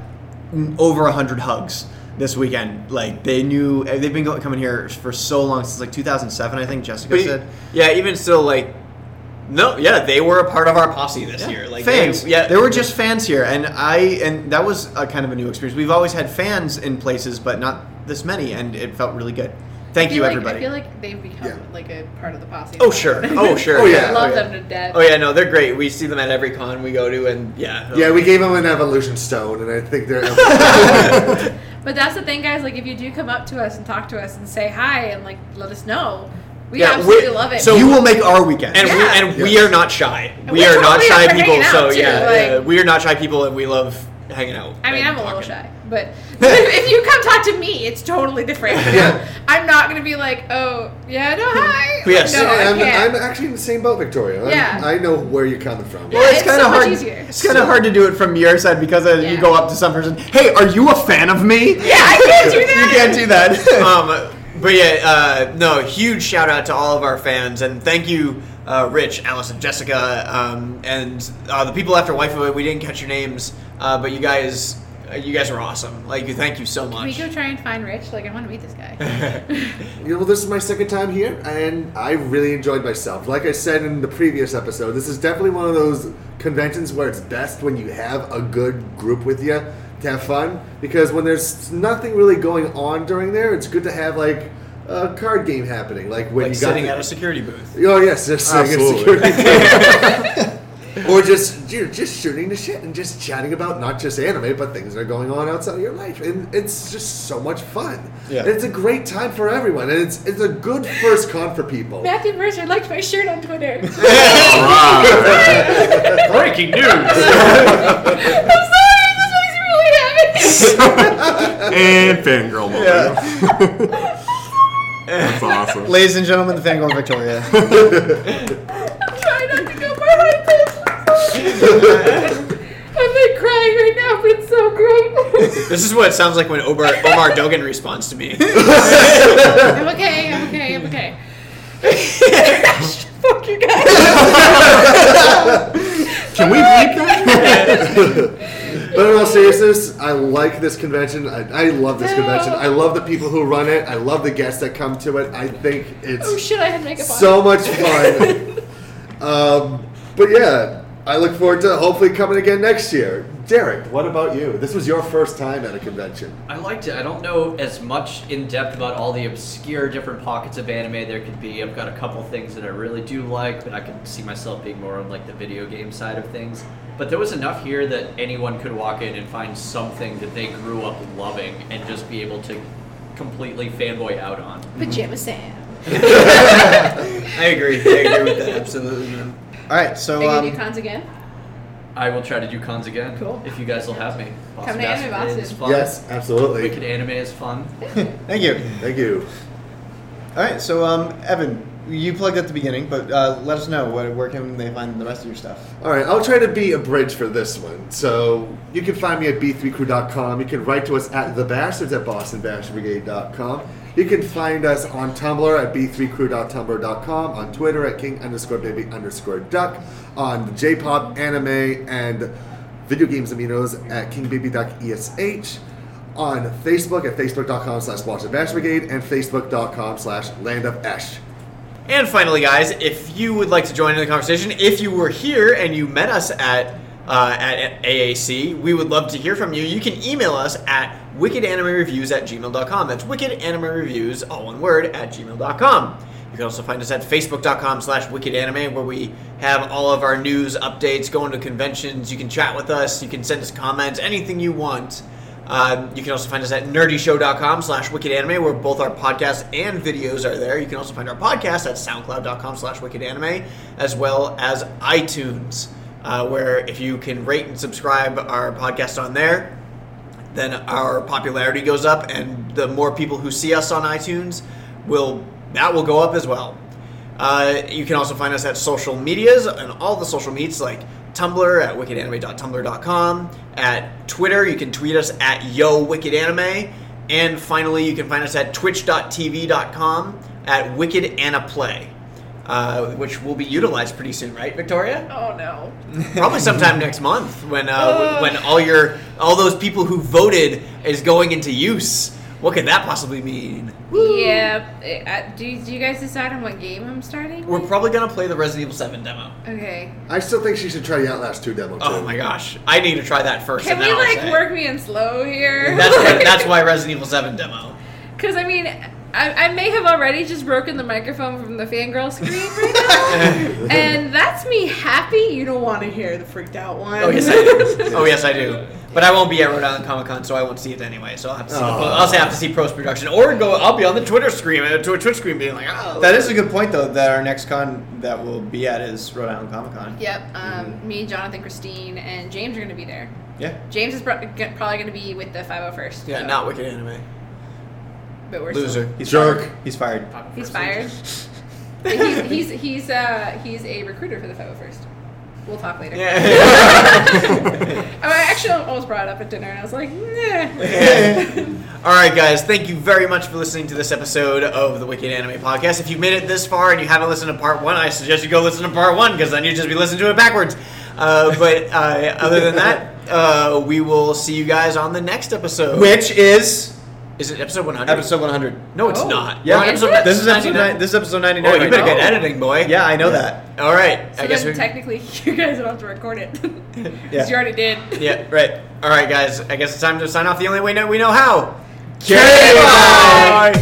Speaker 1: n- over 100 hugs this weekend. Like they knew eh, they've been go- coming here for so long since like 2007, I think Jessica
Speaker 3: But e-
Speaker 1: said.
Speaker 3: yeah, even still, like, no, yeah, they were a part of our posse this year. Like they-
Speaker 1: fans. yeah, they were just fans here, and I and that was a kind of a new experience. We've always had fans in places, but not this many, and it felt really good. Thank
Speaker 2: I
Speaker 1: you,
Speaker 2: feel like-
Speaker 1: everybody.
Speaker 2: I feel like they've become like a part of the posse.
Speaker 3: Oh
Speaker 2: (laughs)
Speaker 3: sure. (laughs) Oh sure.
Speaker 2: I love them to death.
Speaker 3: Oh yeah, no, they're great. We see them at every con we go to, and yeah.
Speaker 4: Yeah, we gave them an evolution stone, and I think they're.
Speaker 2: But that's the thing, guys. Like, if you do come up to us and talk to us and say hi and like let us know, we
Speaker 3: Yeah,
Speaker 2: absolutely
Speaker 3: we-
Speaker 2: love it.
Speaker 3: so-
Speaker 1: you will make our weekend,
Speaker 3: And we and we are not shy.
Speaker 2: And
Speaker 3: We
Speaker 2: we're
Speaker 3: are not
Speaker 2: totally up
Speaker 3: shy
Speaker 2: for
Speaker 3: people.
Speaker 2: hanging out,
Speaker 3: So
Speaker 2: too,
Speaker 3: yeah,
Speaker 2: like-
Speaker 3: uh, we are not shy people, and we love hanging out.
Speaker 2: I mean, I'm a little shy, but (laughs) if you come talk to me, it's totally different. (laughs) I'm not gonna be like, oh yeah, no hi.
Speaker 4: Yes,
Speaker 2: No, I
Speaker 4: I'm,
Speaker 2: can't.
Speaker 4: I'm actually in the same boat, Victoria. I'm-
Speaker 2: Yeah.
Speaker 4: I know where you're coming from.
Speaker 1: Well, it's, kind of hard.
Speaker 2: (laughs)
Speaker 1: It's kind of hard to do it from your side because uh, you go up to some person. Hey, are you a fan of me? Yeah,
Speaker 2: I can't do that.
Speaker 1: (laughs) You can't do that.
Speaker 3: (laughs)
Speaker 1: (laughs)
Speaker 3: um, but yeah, uh, no, huge shout out to all of our fans, and thank you, uh, Rich, Allison, Jessica, um, and uh, the people after Wife of It. We didn't catch your names, uh, but you guys, uh, you guys were awesome. Like, thank you so
Speaker 2: Can
Speaker 3: much.
Speaker 2: we go try and find Rich? Like, I want to meet this guy.
Speaker 4: You know, this is my second time here, and I really enjoyed myself. Like I said in the previous episode, this is definitely one of those conventions where it's best when you have a good group with you to have fun. Because when there's nothing really going on during there, it's good to have like a card game happening, like when
Speaker 3: Like
Speaker 4: you got
Speaker 3: sitting
Speaker 4: the-
Speaker 3: at a security booth.
Speaker 4: Oh yes, just sitting in
Speaker 3: Absolutely.
Speaker 4: security. (laughs) or just you're just shooting the shit and just chatting about not just anime but things that are going on outside of your life, and it's just so much fun.
Speaker 1: Yeah.
Speaker 4: And it's a great time for everyone, and it's it's a good first con for people.
Speaker 2: Matthew Mercer liked my shirt on Twitter. (laughs) (laughs)
Speaker 5: Breaking news. and fangirl moment. (laughs) That's awesome.
Speaker 1: Ladies and gentlemen, the fangirl Victoria.
Speaker 2: I'm trying not to go for high (laughs) pitch. I'm like crying right now, but it's so great.
Speaker 3: (laughs) This is what it sounds like when Omar, Omar Dogan responds to
Speaker 1: (laughs)
Speaker 3: me.
Speaker 2: I'm okay. I'm okay. I'm okay. Fuck you guys.
Speaker 4: Can we bleep that? (laughs) but in all seriousness, I like this convention. I, I love this convention. I love the people who run it. I love the guests that come to it. I think it's
Speaker 2: Oh shit! I had makeup on.
Speaker 4: so much fun. um, but yeah, I look forward to hopefully coming again next year. Derek, what about you? This was your first time at a convention.
Speaker 6: I liked it. I don't know as much in depth about all the obscure different pockets of anime there could be. I've got a couple things that I really do like, but I could see myself being more on like the video game side of things. But there was enough here that anyone could walk in and find something that they grew up loving and just be able to completely fanboy out on.
Speaker 2: Pajama Sam.
Speaker 3: I agree. I agree with that absolutely. Man.
Speaker 1: All right, so
Speaker 3: Um,
Speaker 1: um,
Speaker 2: Are you gonna do cons again?
Speaker 6: I will try to do cons again. Cool. If you guys will have me.
Speaker 2: Come to Anime
Speaker 6: Bastard is
Speaker 2: Boston.
Speaker 6: fun.
Speaker 4: Yes, absolutely.
Speaker 6: Wicked Anime is fun.
Speaker 1: Thank you.
Speaker 4: Thank you.
Speaker 1: All right, so um, Evan, you plugged at the beginning, but uh, let us know where, where can they find the rest of your stuff.
Speaker 4: All right, I'll try to be a bridge for this one. So you can find me at b3crew.com. You can write to us at thebastards at bostonbastardbrigade.com. You can find us on Tumblr at b3crew.tumblr.com, on Twitter at king underscore baby underscore duck, on the J-pop, anime, and video games aminos at kingbabyduckesh, on Facebook at facebook.com slash Boston Bash Brigade, and facebook.com slash land of esh.
Speaker 3: And finally, guys, if you would like to join in the conversation, if you were here and you met us at uh, at AAC, we would love to hear from you. You can email us at wickedanimereviews at gmail.com. That's wickedanimereviews, all one word, at gmail.com. You can also find us at facebook.com slash wickedanime, where we have all of our news updates, going to conventions. You can chat with us. You can send us comments, anything you want. Um, you can also find us at nerdyshow.com slash wickedanime, where both our podcasts and videos are there. You can also find our podcast at soundcloud.com slash wickedanime, as well as iTunes, uh, where if you can rate and subscribe our podcast on there, then our popularity goes up, and the more people who see us on iTunes will that will go up as well. Uh, you can also find us at social medias and all the social meets like Tumblr at wickedanime.tumblr.com, at Twitter, you can tweet us at yo wickedanime, and finally you can find us at twitch.tv.com at wickedanaplay. uh, which will be utilized pretty soon, right, Victoria?
Speaker 2: Oh no.
Speaker 3: Probably sometime next month when uh,
Speaker 2: Uh.
Speaker 3: when all your all those people who voted is going into use. What could that possibly mean?
Speaker 2: Yeah. I- I- do, do you guys decide on what game I'm starting?
Speaker 3: We're probably gonna play the Resident Evil Seven demo.
Speaker 2: Okay.
Speaker 4: I still think she should try the Outlast 2 demo too.
Speaker 3: Oh my gosh, I need to try that first.
Speaker 2: Can
Speaker 3: and then
Speaker 2: we
Speaker 3: I'll
Speaker 2: like
Speaker 3: say.
Speaker 2: work me in slow here?
Speaker 3: That's
Speaker 2: (laughs)
Speaker 3: why, that's why Resident Evil Seven demo.
Speaker 2: Because I mean, I, I may have already just broken the microphone from the fangirl screen right
Speaker 3: (laughs)
Speaker 2: now, and that's me happy. You don't want to hear the freaked out one.
Speaker 3: Oh yes, I do. Oh yes, I do. But I won't be at Rhode Island Comic Con, so I won't see it anyway. So I'll have to see. the-
Speaker 1: Aw.
Speaker 3: I'll also have to see post production, or go. I'll be on the Twitter screen, uh, to a Twitch screen, being like, oh.
Speaker 1: That is a good point, though, that our next con that we'll be at is Rhode Island Comic Con.
Speaker 2: (laughs) Yep. Um, me, Jonathan, Christine, and James are gonna be there.
Speaker 1: Yeah.
Speaker 2: James is pro- g- probably gonna be with the 501st.
Speaker 3: Yeah,
Speaker 2: so-
Speaker 3: not Wicked Anime.
Speaker 2: But we're
Speaker 3: Loser.
Speaker 2: still-
Speaker 1: He's
Speaker 4: Jerk.
Speaker 1: Fired. He's fired.
Speaker 2: He's
Speaker 3: (laughs)
Speaker 2: fired. But he's he's he's, uh, he's a recruiter for the 501st. We'll talk later.
Speaker 3: (laughs)
Speaker 2: (laughs) Oh, I actually almost brought it up at dinner, and I was like, nah.
Speaker 3: All right, guys. Thank you very much for listening to this episode of the Wicked Anime Podcast. If you made it this far and you haven't listened to part one, I suggest you go listen to part one because then you'll just be listening to it backwards. Uh, but uh, other than that, uh, we will see you guys on the next episode,
Speaker 1: Which is
Speaker 3: is it episode one hundred.
Speaker 1: episode 100.
Speaker 3: No, it's not.
Speaker 1: Oh, Yeah,
Speaker 3: We're on
Speaker 1: episode-
Speaker 3: episode
Speaker 1: this is episode
Speaker 3: 99.
Speaker 1: nine. This is episode
Speaker 3: Oh,
Speaker 1: 99.
Speaker 3: you
Speaker 1: right
Speaker 3: better
Speaker 1: now.
Speaker 3: get editing, boy.
Speaker 1: Yeah, I know that.
Speaker 3: All right.
Speaker 2: So
Speaker 3: I guess
Speaker 2: then
Speaker 3: we.
Speaker 2: technically, (laughs) you guys don't have to record it. (laughs) 'Cause
Speaker 3: Yeah.
Speaker 2: you already did.
Speaker 3: yeah, right. All right, guys. I guess it's time to sign off. The only way know we know how.
Speaker 1: K-Bye!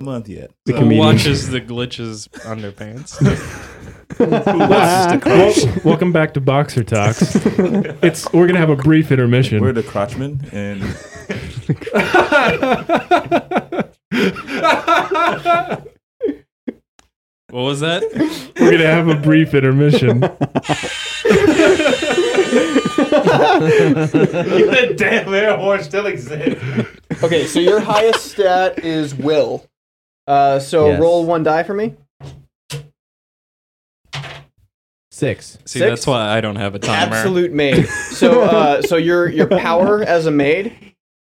Speaker 12: month yet.
Speaker 13: The
Speaker 12: So-
Speaker 13: Who watches the glitches
Speaker 1: (laughs)
Speaker 13: underpants?
Speaker 12: Well-
Speaker 13: Welcome back to Boxer Talks. it's we're gonna have a brief intermission.
Speaker 12: We're the Crotchman, and
Speaker 13: What was that? We're gonna have a brief intermission.
Speaker 12: The
Speaker 7: damn air horn still exists.
Speaker 1: Okay, so your highest stat is will. Uh, so
Speaker 7: Yes.
Speaker 1: roll one die for me.
Speaker 7: Six.
Speaker 13: See,
Speaker 1: Six?
Speaker 13: that's why I don't have a timer.
Speaker 1: Absolute maid. So, uh, so your your power as a maid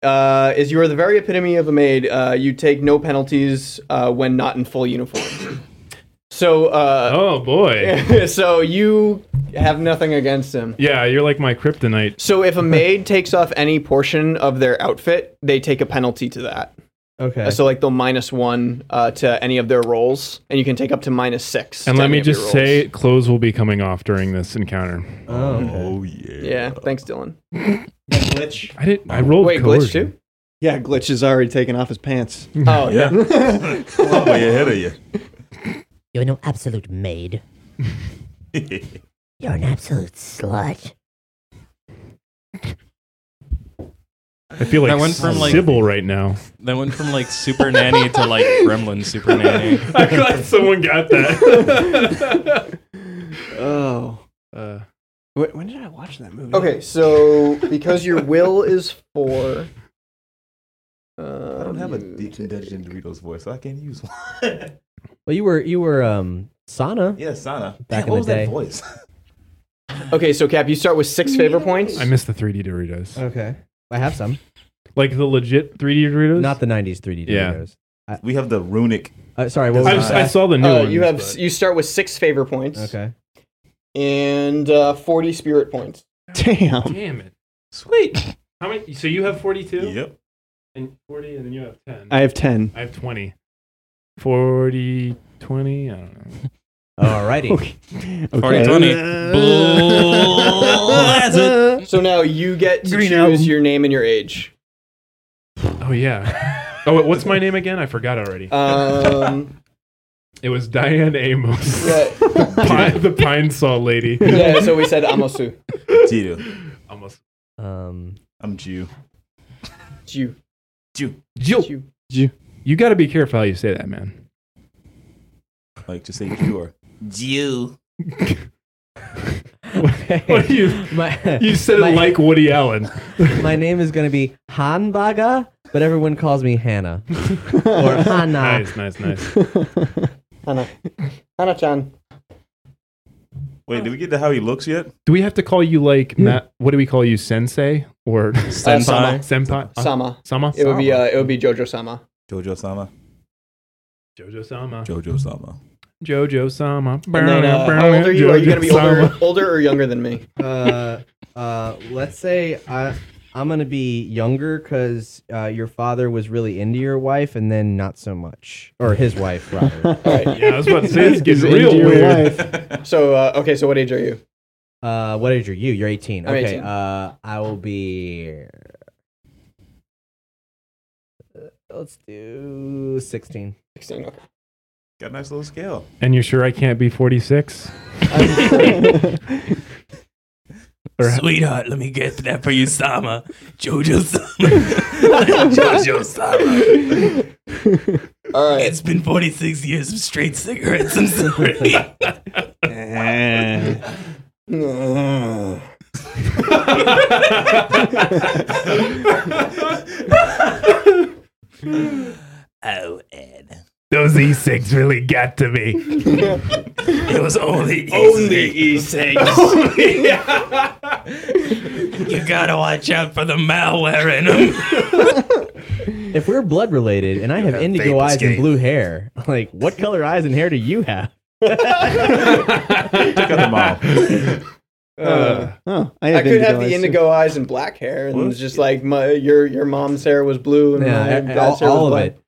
Speaker 1: uh, is you are the very epitome of a maid. Uh, you take no penalties uh, when not in full uniform. So, uh,
Speaker 13: oh boy.
Speaker 1: (laughs) so you have nothing against him.
Speaker 13: Yeah, you're like my kryptonite.
Speaker 1: So, if a maid takes off any portion of their outfit, they take a penalty to that.
Speaker 7: Okay.
Speaker 1: Uh, So like they'll minus one uh, to any of their rolls, and you can take up to minus six.
Speaker 13: And
Speaker 1: to
Speaker 13: let
Speaker 1: any
Speaker 13: me
Speaker 1: of your
Speaker 13: just
Speaker 1: rolls.
Speaker 13: say, clothes will be coming off during this encounter.
Speaker 1: Oh,
Speaker 12: yeah.
Speaker 1: Yeah. Thanks, Dylan.
Speaker 13: (laughs) glitch. I didn't. I rolled.
Speaker 1: Wait, glitch
Speaker 13: coercion.
Speaker 1: too?
Speaker 7: Yeah, glitch has already taken off his pants.
Speaker 1: Oh, yeah.
Speaker 12: I'm way ahead of you.
Speaker 14: You're no absolute maid. You're an absolute slut.
Speaker 13: I feel like
Speaker 14: That went from, like-
Speaker 13: Sybil right now.
Speaker 14: That went from
Speaker 13: like Super Nanny to like Gremlin Super Nanny. (laughs) I'm glad someone got
Speaker 7: (laughs)
Speaker 13: that.
Speaker 1: oh.
Speaker 13: Uh,
Speaker 7: Wait, when did I watch that movie?
Speaker 1: Okay, so because your will is four. Uh,
Speaker 12: I don't
Speaker 7: Oh,
Speaker 12: have a deep indulged in Doritos voice, so I can't use one.
Speaker 7: (laughs) Well, you were you were um Sana.
Speaker 12: Yeah, Sana. Damn,
Speaker 7: Back in
Speaker 12: what
Speaker 7: the
Speaker 12: was
Speaker 7: day.
Speaker 12: that voice?
Speaker 1: okay, so Cap, you start with six favor points.
Speaker 13: I missed the 3D Doritos.
Speaker 7: Okay, I have some.
Speaker 13: Like the legit 3D Doritos.
Speaker 7: Not the '90s 3D
Speaker 13: Yeah.
Speaker 7: Doritos.
Speaker 12: we have the runic.
Speaker 7: Uh, sorry, what
Speaker 13: I,
Speaker 7: was
Speaker 13: was- I saw the new
Speaker 1: Uh,
Speaker 13: ones.
Speaker 1: you have you start with six favor points.
Speaker 7: Okay.
Speaker 1: And uh, forty spirit points.
Speaker 7: Damn.
Speaker 13: Damn it! Sweet. How many? So you have 42.
Speaker 12: Yep.
Speaker 13: And 40, and then you have 10.
Speaker 7: I have 10.
Speaker 13: I have 20. 40, 20. I don't know.
Speaker 7: Alrighty.
Speaker 13: Okay. 40,
Speaker 7: Uh,
Speaker 13: 20.
Speaker 1: So now you get to choose your name and your age.
Speaker 13: Oh
Speaker 15: (laughs)
Speaker 13: yeah. Oh, wait, what's my name again? I forgot already.
Speaker 15: Uh,
Speaker 1: Um,
Speaker 13: it was
Speaker 15: (laughs)
Speaker 13: Diane Amos,
Speaker 1: yeah,
Speaker 13: (laughs) Pine- the pine saw lady.
Speaker 1: yeah, so we said Amosu.
Speaker 12: Tito.
Speaker 13: Almost.
Speaker 7: Um,
Speaker 12: I'm Jew.
Speaker 1: Jew.
Speaker 12: Jew.
Speaker 13: Jill. You got to be careful how you say that, man.
Speaker 15: Like just say Jew or Jew.
Speaker 13: What do you, you said
Speaker 7: my-
Speaker 13: it like Woody Allen.
Speaker 7: My name is going to be Hanbaga, but everyone calls me Hannah or Hannah.
Speaker 13: Nice, nice, nice.
Speaker 7: Hannah. Hannah Chan.
Speaker 15: Wait, did we get to how he looks yet?
Speaker 13: Do we have to call you like
Speaker 7: Hmm.
Speaker 13: Matt? What do we call you, Sensei or
Speaker 15: Senpai?
Speaker 13: Senpai. Uh,
Speaker 3: Uh, Sama.
Speaker 13: Sama.
Speaker 3: It would be uh, it would be Jojo Sama.
Speaker 15: Jojo Sama.
Speaker 13: Jojo Sama.
Speaker 15: Jojo Sama.
Speaker 13: Jojo Sama.
Speaker 3: And then, uh, how old are you? Are you gonna be older, older or younger than me?
Speaker 7: uh, uh, let's say I, I'm gonna be younger because uh, your father was really into your wife, and then not so much, or his wife rather.
Speaker 13: Yeah, I was about to say it's
Speaker 7: He's
Speaker 13: getting
Speaker 7: into
Speaker 13: real
Speaker 7: your
Speaker 13: weird.
Speaker 3: so uh, okay, so what age are you?
Speaker 7: Uh, what age are you? You're 18.
Speaker 3: I'm
Speaker 7: okay.
Speaker 3: 18.
Speaker 7: Uh, I will be. uh, Let's do 16.
Speaker 3: 16. Okay.
Speaker 15: Got a nice little scale.
Speaker 13: And you're sure I can't be
Speaker 1: (laughs)
Speaker 13: 46?
Speaker 1: Sweetheart, let me guess that for you, Sama.
Speaker 15: (laughs)
Speaker 1: Jojo Sama. Jojo Sama.
Speaker 3: All right.
Speaker 1: It's been 46 years of straight cigarettes. I'm sorry. oh, Ed.
Speaker 13: Those E6 really got to me.
Speaker 1: It was only
Speaker 13: Only
Speaker 1: E6. you gotta watch out for the malware in them.
Speaker 7: If we're blood related and I have indigo
Speaker 1: vapor
Speaker 7: eyes and
Speaker 1: skin.
Speaker 7: blue hair, like what color eyes and hair do you have?
Speaker 15: Check out the mall.
Speaker 3: Uh,
Speaker 7: oh,
Speaker 3: I, could have the indigo eyes and black hair, and it's just like my, your your mom's hair was blue and my
Speaker 7: Yeah, e-
Speaker 3: dad's
Speaker 7: all,
Speaker 3: hair was
Speaker 7: all of
Speaker 3: black.
Speaker 7: it.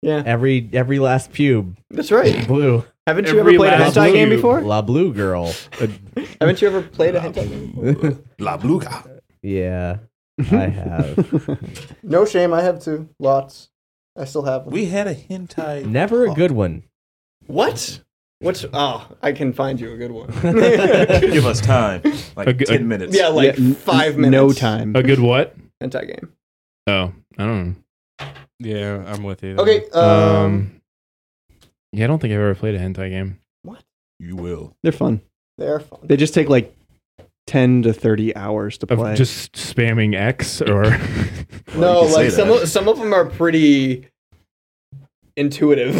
Speaker 3: Yeah.
Speaker 7: Every every last pube.
Speaker 3: That's right.
Speaker 7: Blue.
Speaker 3: Haven't you ever played a hentai game before?
Speaker 7: La Blue Girl.
Speaker 3: (laughs) Haven't you ever played a hentai game?
Speaker 15: (laughs) La Bluga.
Speaker 7: Yeah, I have.
Speaker 3: No shame, I have two. Lots. I still have one.
Speaker 15: We had a hentai.
Speaker 7: Never a good one.
Speaker 3: What? What's oh, I can find you a good
Speaker 7: (laughs)
Speaker 3: one. (laughs)
Speaker 15: Give us time. Like
Speaker 13: A g-
Speaker 15: 10 minutes.
Speaker 3: Yeah, like five minutes.
Speaker 13: A good what?
Speaker 3: Hentai game.
Speaker 13: Oh, I don't know. Yeah, I'm with you.
Speaker 3: Okay, um,
Speaker 13: yeah, I don't think I've ever played a hentai game.
Speaker 15: You will.
Speaker 3: They're fun. They are fun.
Speaker 13: They
Speaker 3: just take like ten to thirty hours to
Speaker 13: Of just spamming X
Speaker 3: (laughs)
Speaker 13: or (laughs)
Speaker 3: no, like some of, some of them are pretty intuitive.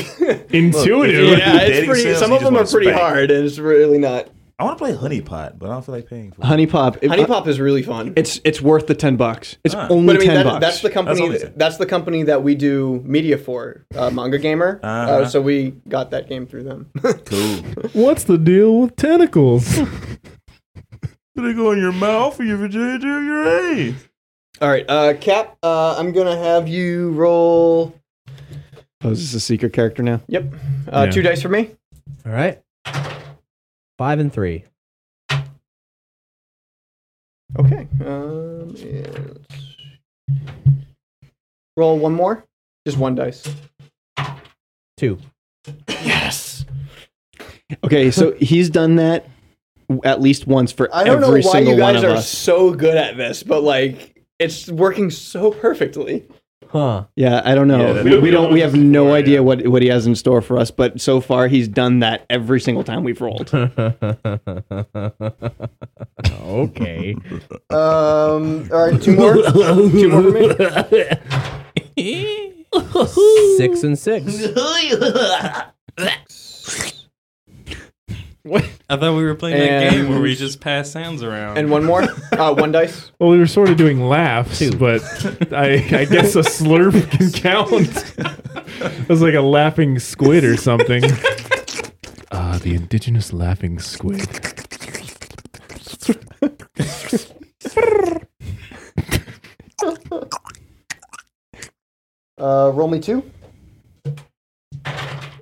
Speaker 13: Intuitive?
Speaker 3: (laughs) yeah, it's
Speaker 15: Dating
Speaker 3: pretty.
Speaker 15: sims,
Speaker 3: Some
Speaker 15: you
Speaker 3: of
Speaker 15: just
Speaker 3: them are
Speaker 15: wanna
Speaker 3: pretty
Speaker 15: spank.
Speaker 3: hard, and it's really not.
Speaker 15: I want to play Honey Pot, but I don't feel like paying for it.
Speaker 3: Honey Pop. Honey Pop is really fun.
Speaker 6: It's it's worth the ten bucks.
Speaker 15: It's
Speaker 3: But I mean, that- That's the company. That's, the company that we do media for, uh, Manga Gamer. uh
Speaker 13: Uh-huh.
Speaker 3: so we got that game through them. (laughs)
Speaker 13: What's the deal with tentacles?
Speaker 15: Did it go in your mouth or your vagina or your ass?
Speaker 3: All right, uh, Cap. Uh, I'm gonna have you roll.
Speaker 6: Oh, is this a secret character now?
Speaker 3: Yep, uh,
Speaker 6: Yeah.
Speaker 3: two dice for me.
Speaker 7: All right. Five and three.
Speaker 3: Okay. Um, it's... Roll one more. Just one dice.
Speaker 7: Two.
Speaker 3: Yes.
Speaker 6: Okay,
Speaker 3: (laughs)
Speaker 6: so he's done that w- at least once for
Speaker 3: I don't
Speaker 6: every
Speaker 3: know why
Speaker 6: single
Speaker 3: you
Speaker 6: one
Speaker 3: guys
Speaker 6: of
Speaker 3: are
Speaker 6: us.
Speaker 3: so good at this, but like it's working so perfectly.
Speaker 7: Huh.
Speaker 6: Yeah, I don't know.
Speaker 3: Yeah,
Speaker 6: we,
Speaker 3: that-
Speaker 6: we don't. We have no idea what what he has in store for us. But so far, he's done that every single time we've rolled.
Speaker 7: okay.
Speaker 3: Um. All right. Two more. two more for me.
Speaker 7: Six and six.
Speaker 13: I thought we were
Speaker 1: Playing that game where we just pass sounds around.
Speaker 3: And one more. Uh, one dice.
Speaker 13: Well, we were sort of doing laughs, but I, I guess a slurp can count. it was like a laughing squid or something. (laughs) Ah, the indigenous laughing squid.
Speaker 3: Uh, roll me two.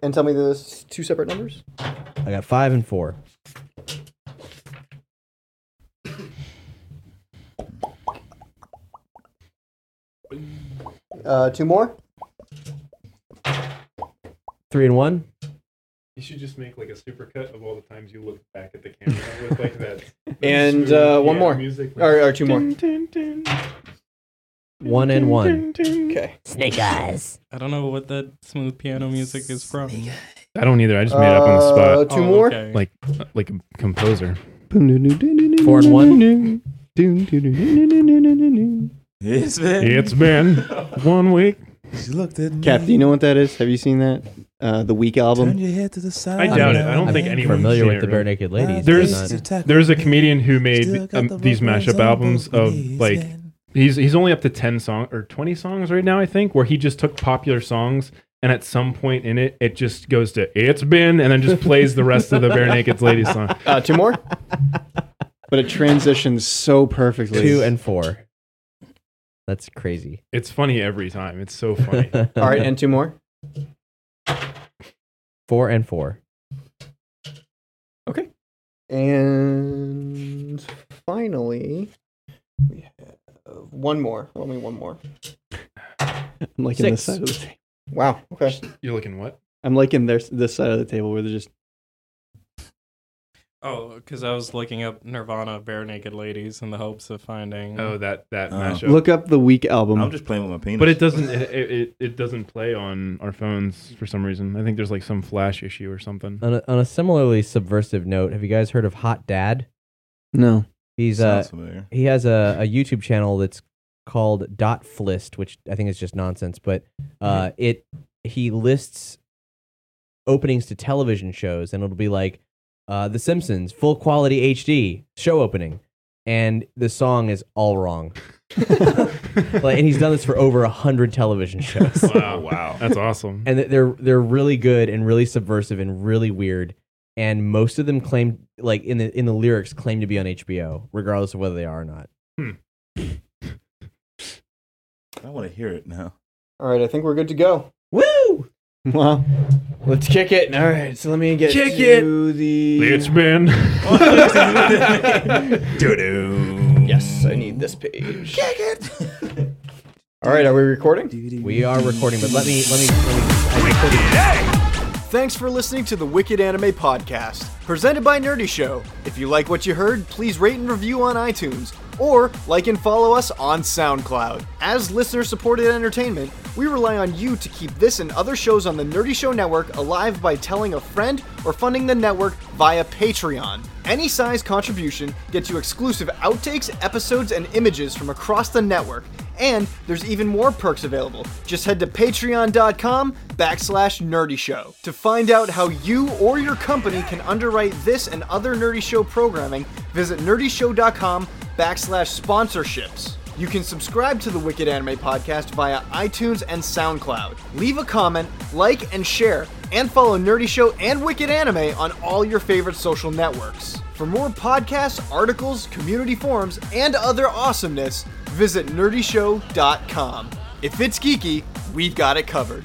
Speaker 3: And tell me those two separate numbers.
Speaker 7: I got five and four.
Speaker 3: Uh, two more.
Speaker 7: Three and one.
Speaker 13: You should just make like a supercut of all the times you look back at the camera with
Speaker 7: (laughs)
Speaker 13: like that.
Speaker 3: And uh, one more. Or, or two more.
Speaker 7: One and one.
Speaker 5: Okay. Snake eyes.
Speaker 1: I don't know what that smooth piano music is from.
Speaker 13: I don't either. I just made it up on the
Speaker 1: Uh,
Speaker 13: spot.
Speaker 1: two Oh, more? okay.
Speaker 13: Like like a composer.
Speaker 7: Four
Speaker 3: (laughs)
Speaker 7: and
Speaker 13: one.
Speaker 6: It's
Speaker 13: been- It's been one week.
Speaker 6: She looked at Kath, do you know what that is? Have you seen that? Uh, the Week
Speaker 13: Turn
Speaker 6: album?
Speaker 13: your
Speaker 1: head to the side.
Speaker 13: I doubt it. I don't think anyone's
Speaker 7: familiar
Speaker 13: seen
Speaker 7: with
Speaker 13: it,
Speaker 7: the Bare
Speaker 13: really.
Speaker 7: Naked Ladies,
Speaker 13: There's
Speaker 7: but not-
Speaker 13: there's a comedian who made um, these mashup albums of like he's he's only up to ten songs or twenty songs right now I think where he just took popular songs and at some point in it it just goes to it's been and then just plays the rest of the Bare Naked Ladies song.
Speaker 6: Uh, two more? but it transitions so perfectly.
Speaker 7: Two and four. That's crazy.
Speaker 13: It's funny every time. It's so funny.
Speaker 6: All
Speaker 7: (laughs)
Speaker 6: right, and two more.
Speaker 7: Four and four.
Speaker 6: And finally, we have one more. Only one more. I'm liking this
Speaker 13: Six.
Speaker 6: side of the table. Wow. Okay.
Speaker 13: You're looking what?
Speaker 6: I'm liking their, this side of the table where they're just
Speaker 1: Oh, because I was looking up Nirvana bare naked ladies in the hopes of finding.
Speaker 13: Oh, that that
Speaker 1: Oh.
Speaker 7: Uh,
Speaker 13: mashup.
Speaker 6: look up the Week album.
Speaker 13: I'm
Speaker 6: just
Speaker 16: playing with my penis.
Speaker 13: But it doesn't it, it, it- it doesn't play on our phones for some reason. I think there's like some flash issue or something.
Speaker 7: On a, on a similarly subversive note, have you guys heard of Hot Dad?
Speaker 6: No.
Speaker 7: He's uh,
Speaker 16: Sounds familiar.
Speaker 7: he has a, a YouTube channel that's called Dot Flist, which I think is just nonsense, but uh, it he lists openings to television shows, and it'll be like uh, The Simpsons full quality HD show opening, and the song is all wrong. like, and he's done this for over a hundred television shows.
Speaker 13: Wow. Wow. That's awesome.
Speaker 7: And th- they're they're really good and really subversive and really weird. And most of them claim, like in the in the lyrics, claim to be on HBO, regardless of whether they are or not.
Speaker 6: Hmm.
Speaker 7: (laughs)
Speaker 16: I want to hear it now.
Speaker 6: All right, I think we're good to go.
Speaker 7: Woo!
Speaker 6: Well, let's kick it. All right, so let me get
Speaker 13: Kick
Speaker 6: to the.
Speaker 13: It's been.
Speaker 6: Doo-doo. Yes, I need this page. Kick
Speaker 7: (laughs)
Speaker 6: it. All right, are we recording?
Speaker 7: We are recording, but let me let me. Let me
Speaker 3: Thanks for listening to the Wicked Anime Podcast, presented by Nerdy Show. If you like what you heard, please rate and review on iTunes, or like and follow us on SoundCloud. As listener supported entertainment, we rely on you to keep this and other shows on the Nerdy Show Network alive by telling a friend or funding the network via Patreon. Any size contribution gets you exclusive outtakes, episodes, and images from across the network. And there's even more perks available. Just head to patreon.com backslash nerdy show to find out how you or your company can underwrite this and other nerdy show programming. Visit nerdyshow.com backslash sponsorships. You can subscribe to the Wicked Anime Podcast via iTunes and SoundCloud. Leave a comment, like, and share, and follow Nerdy Show and Wicked Anime on all your favorite social networks. For more podcasts, articles, community forums, and other awesomeness, visit nerdyshow.com. If it's geeky, we've got it covered.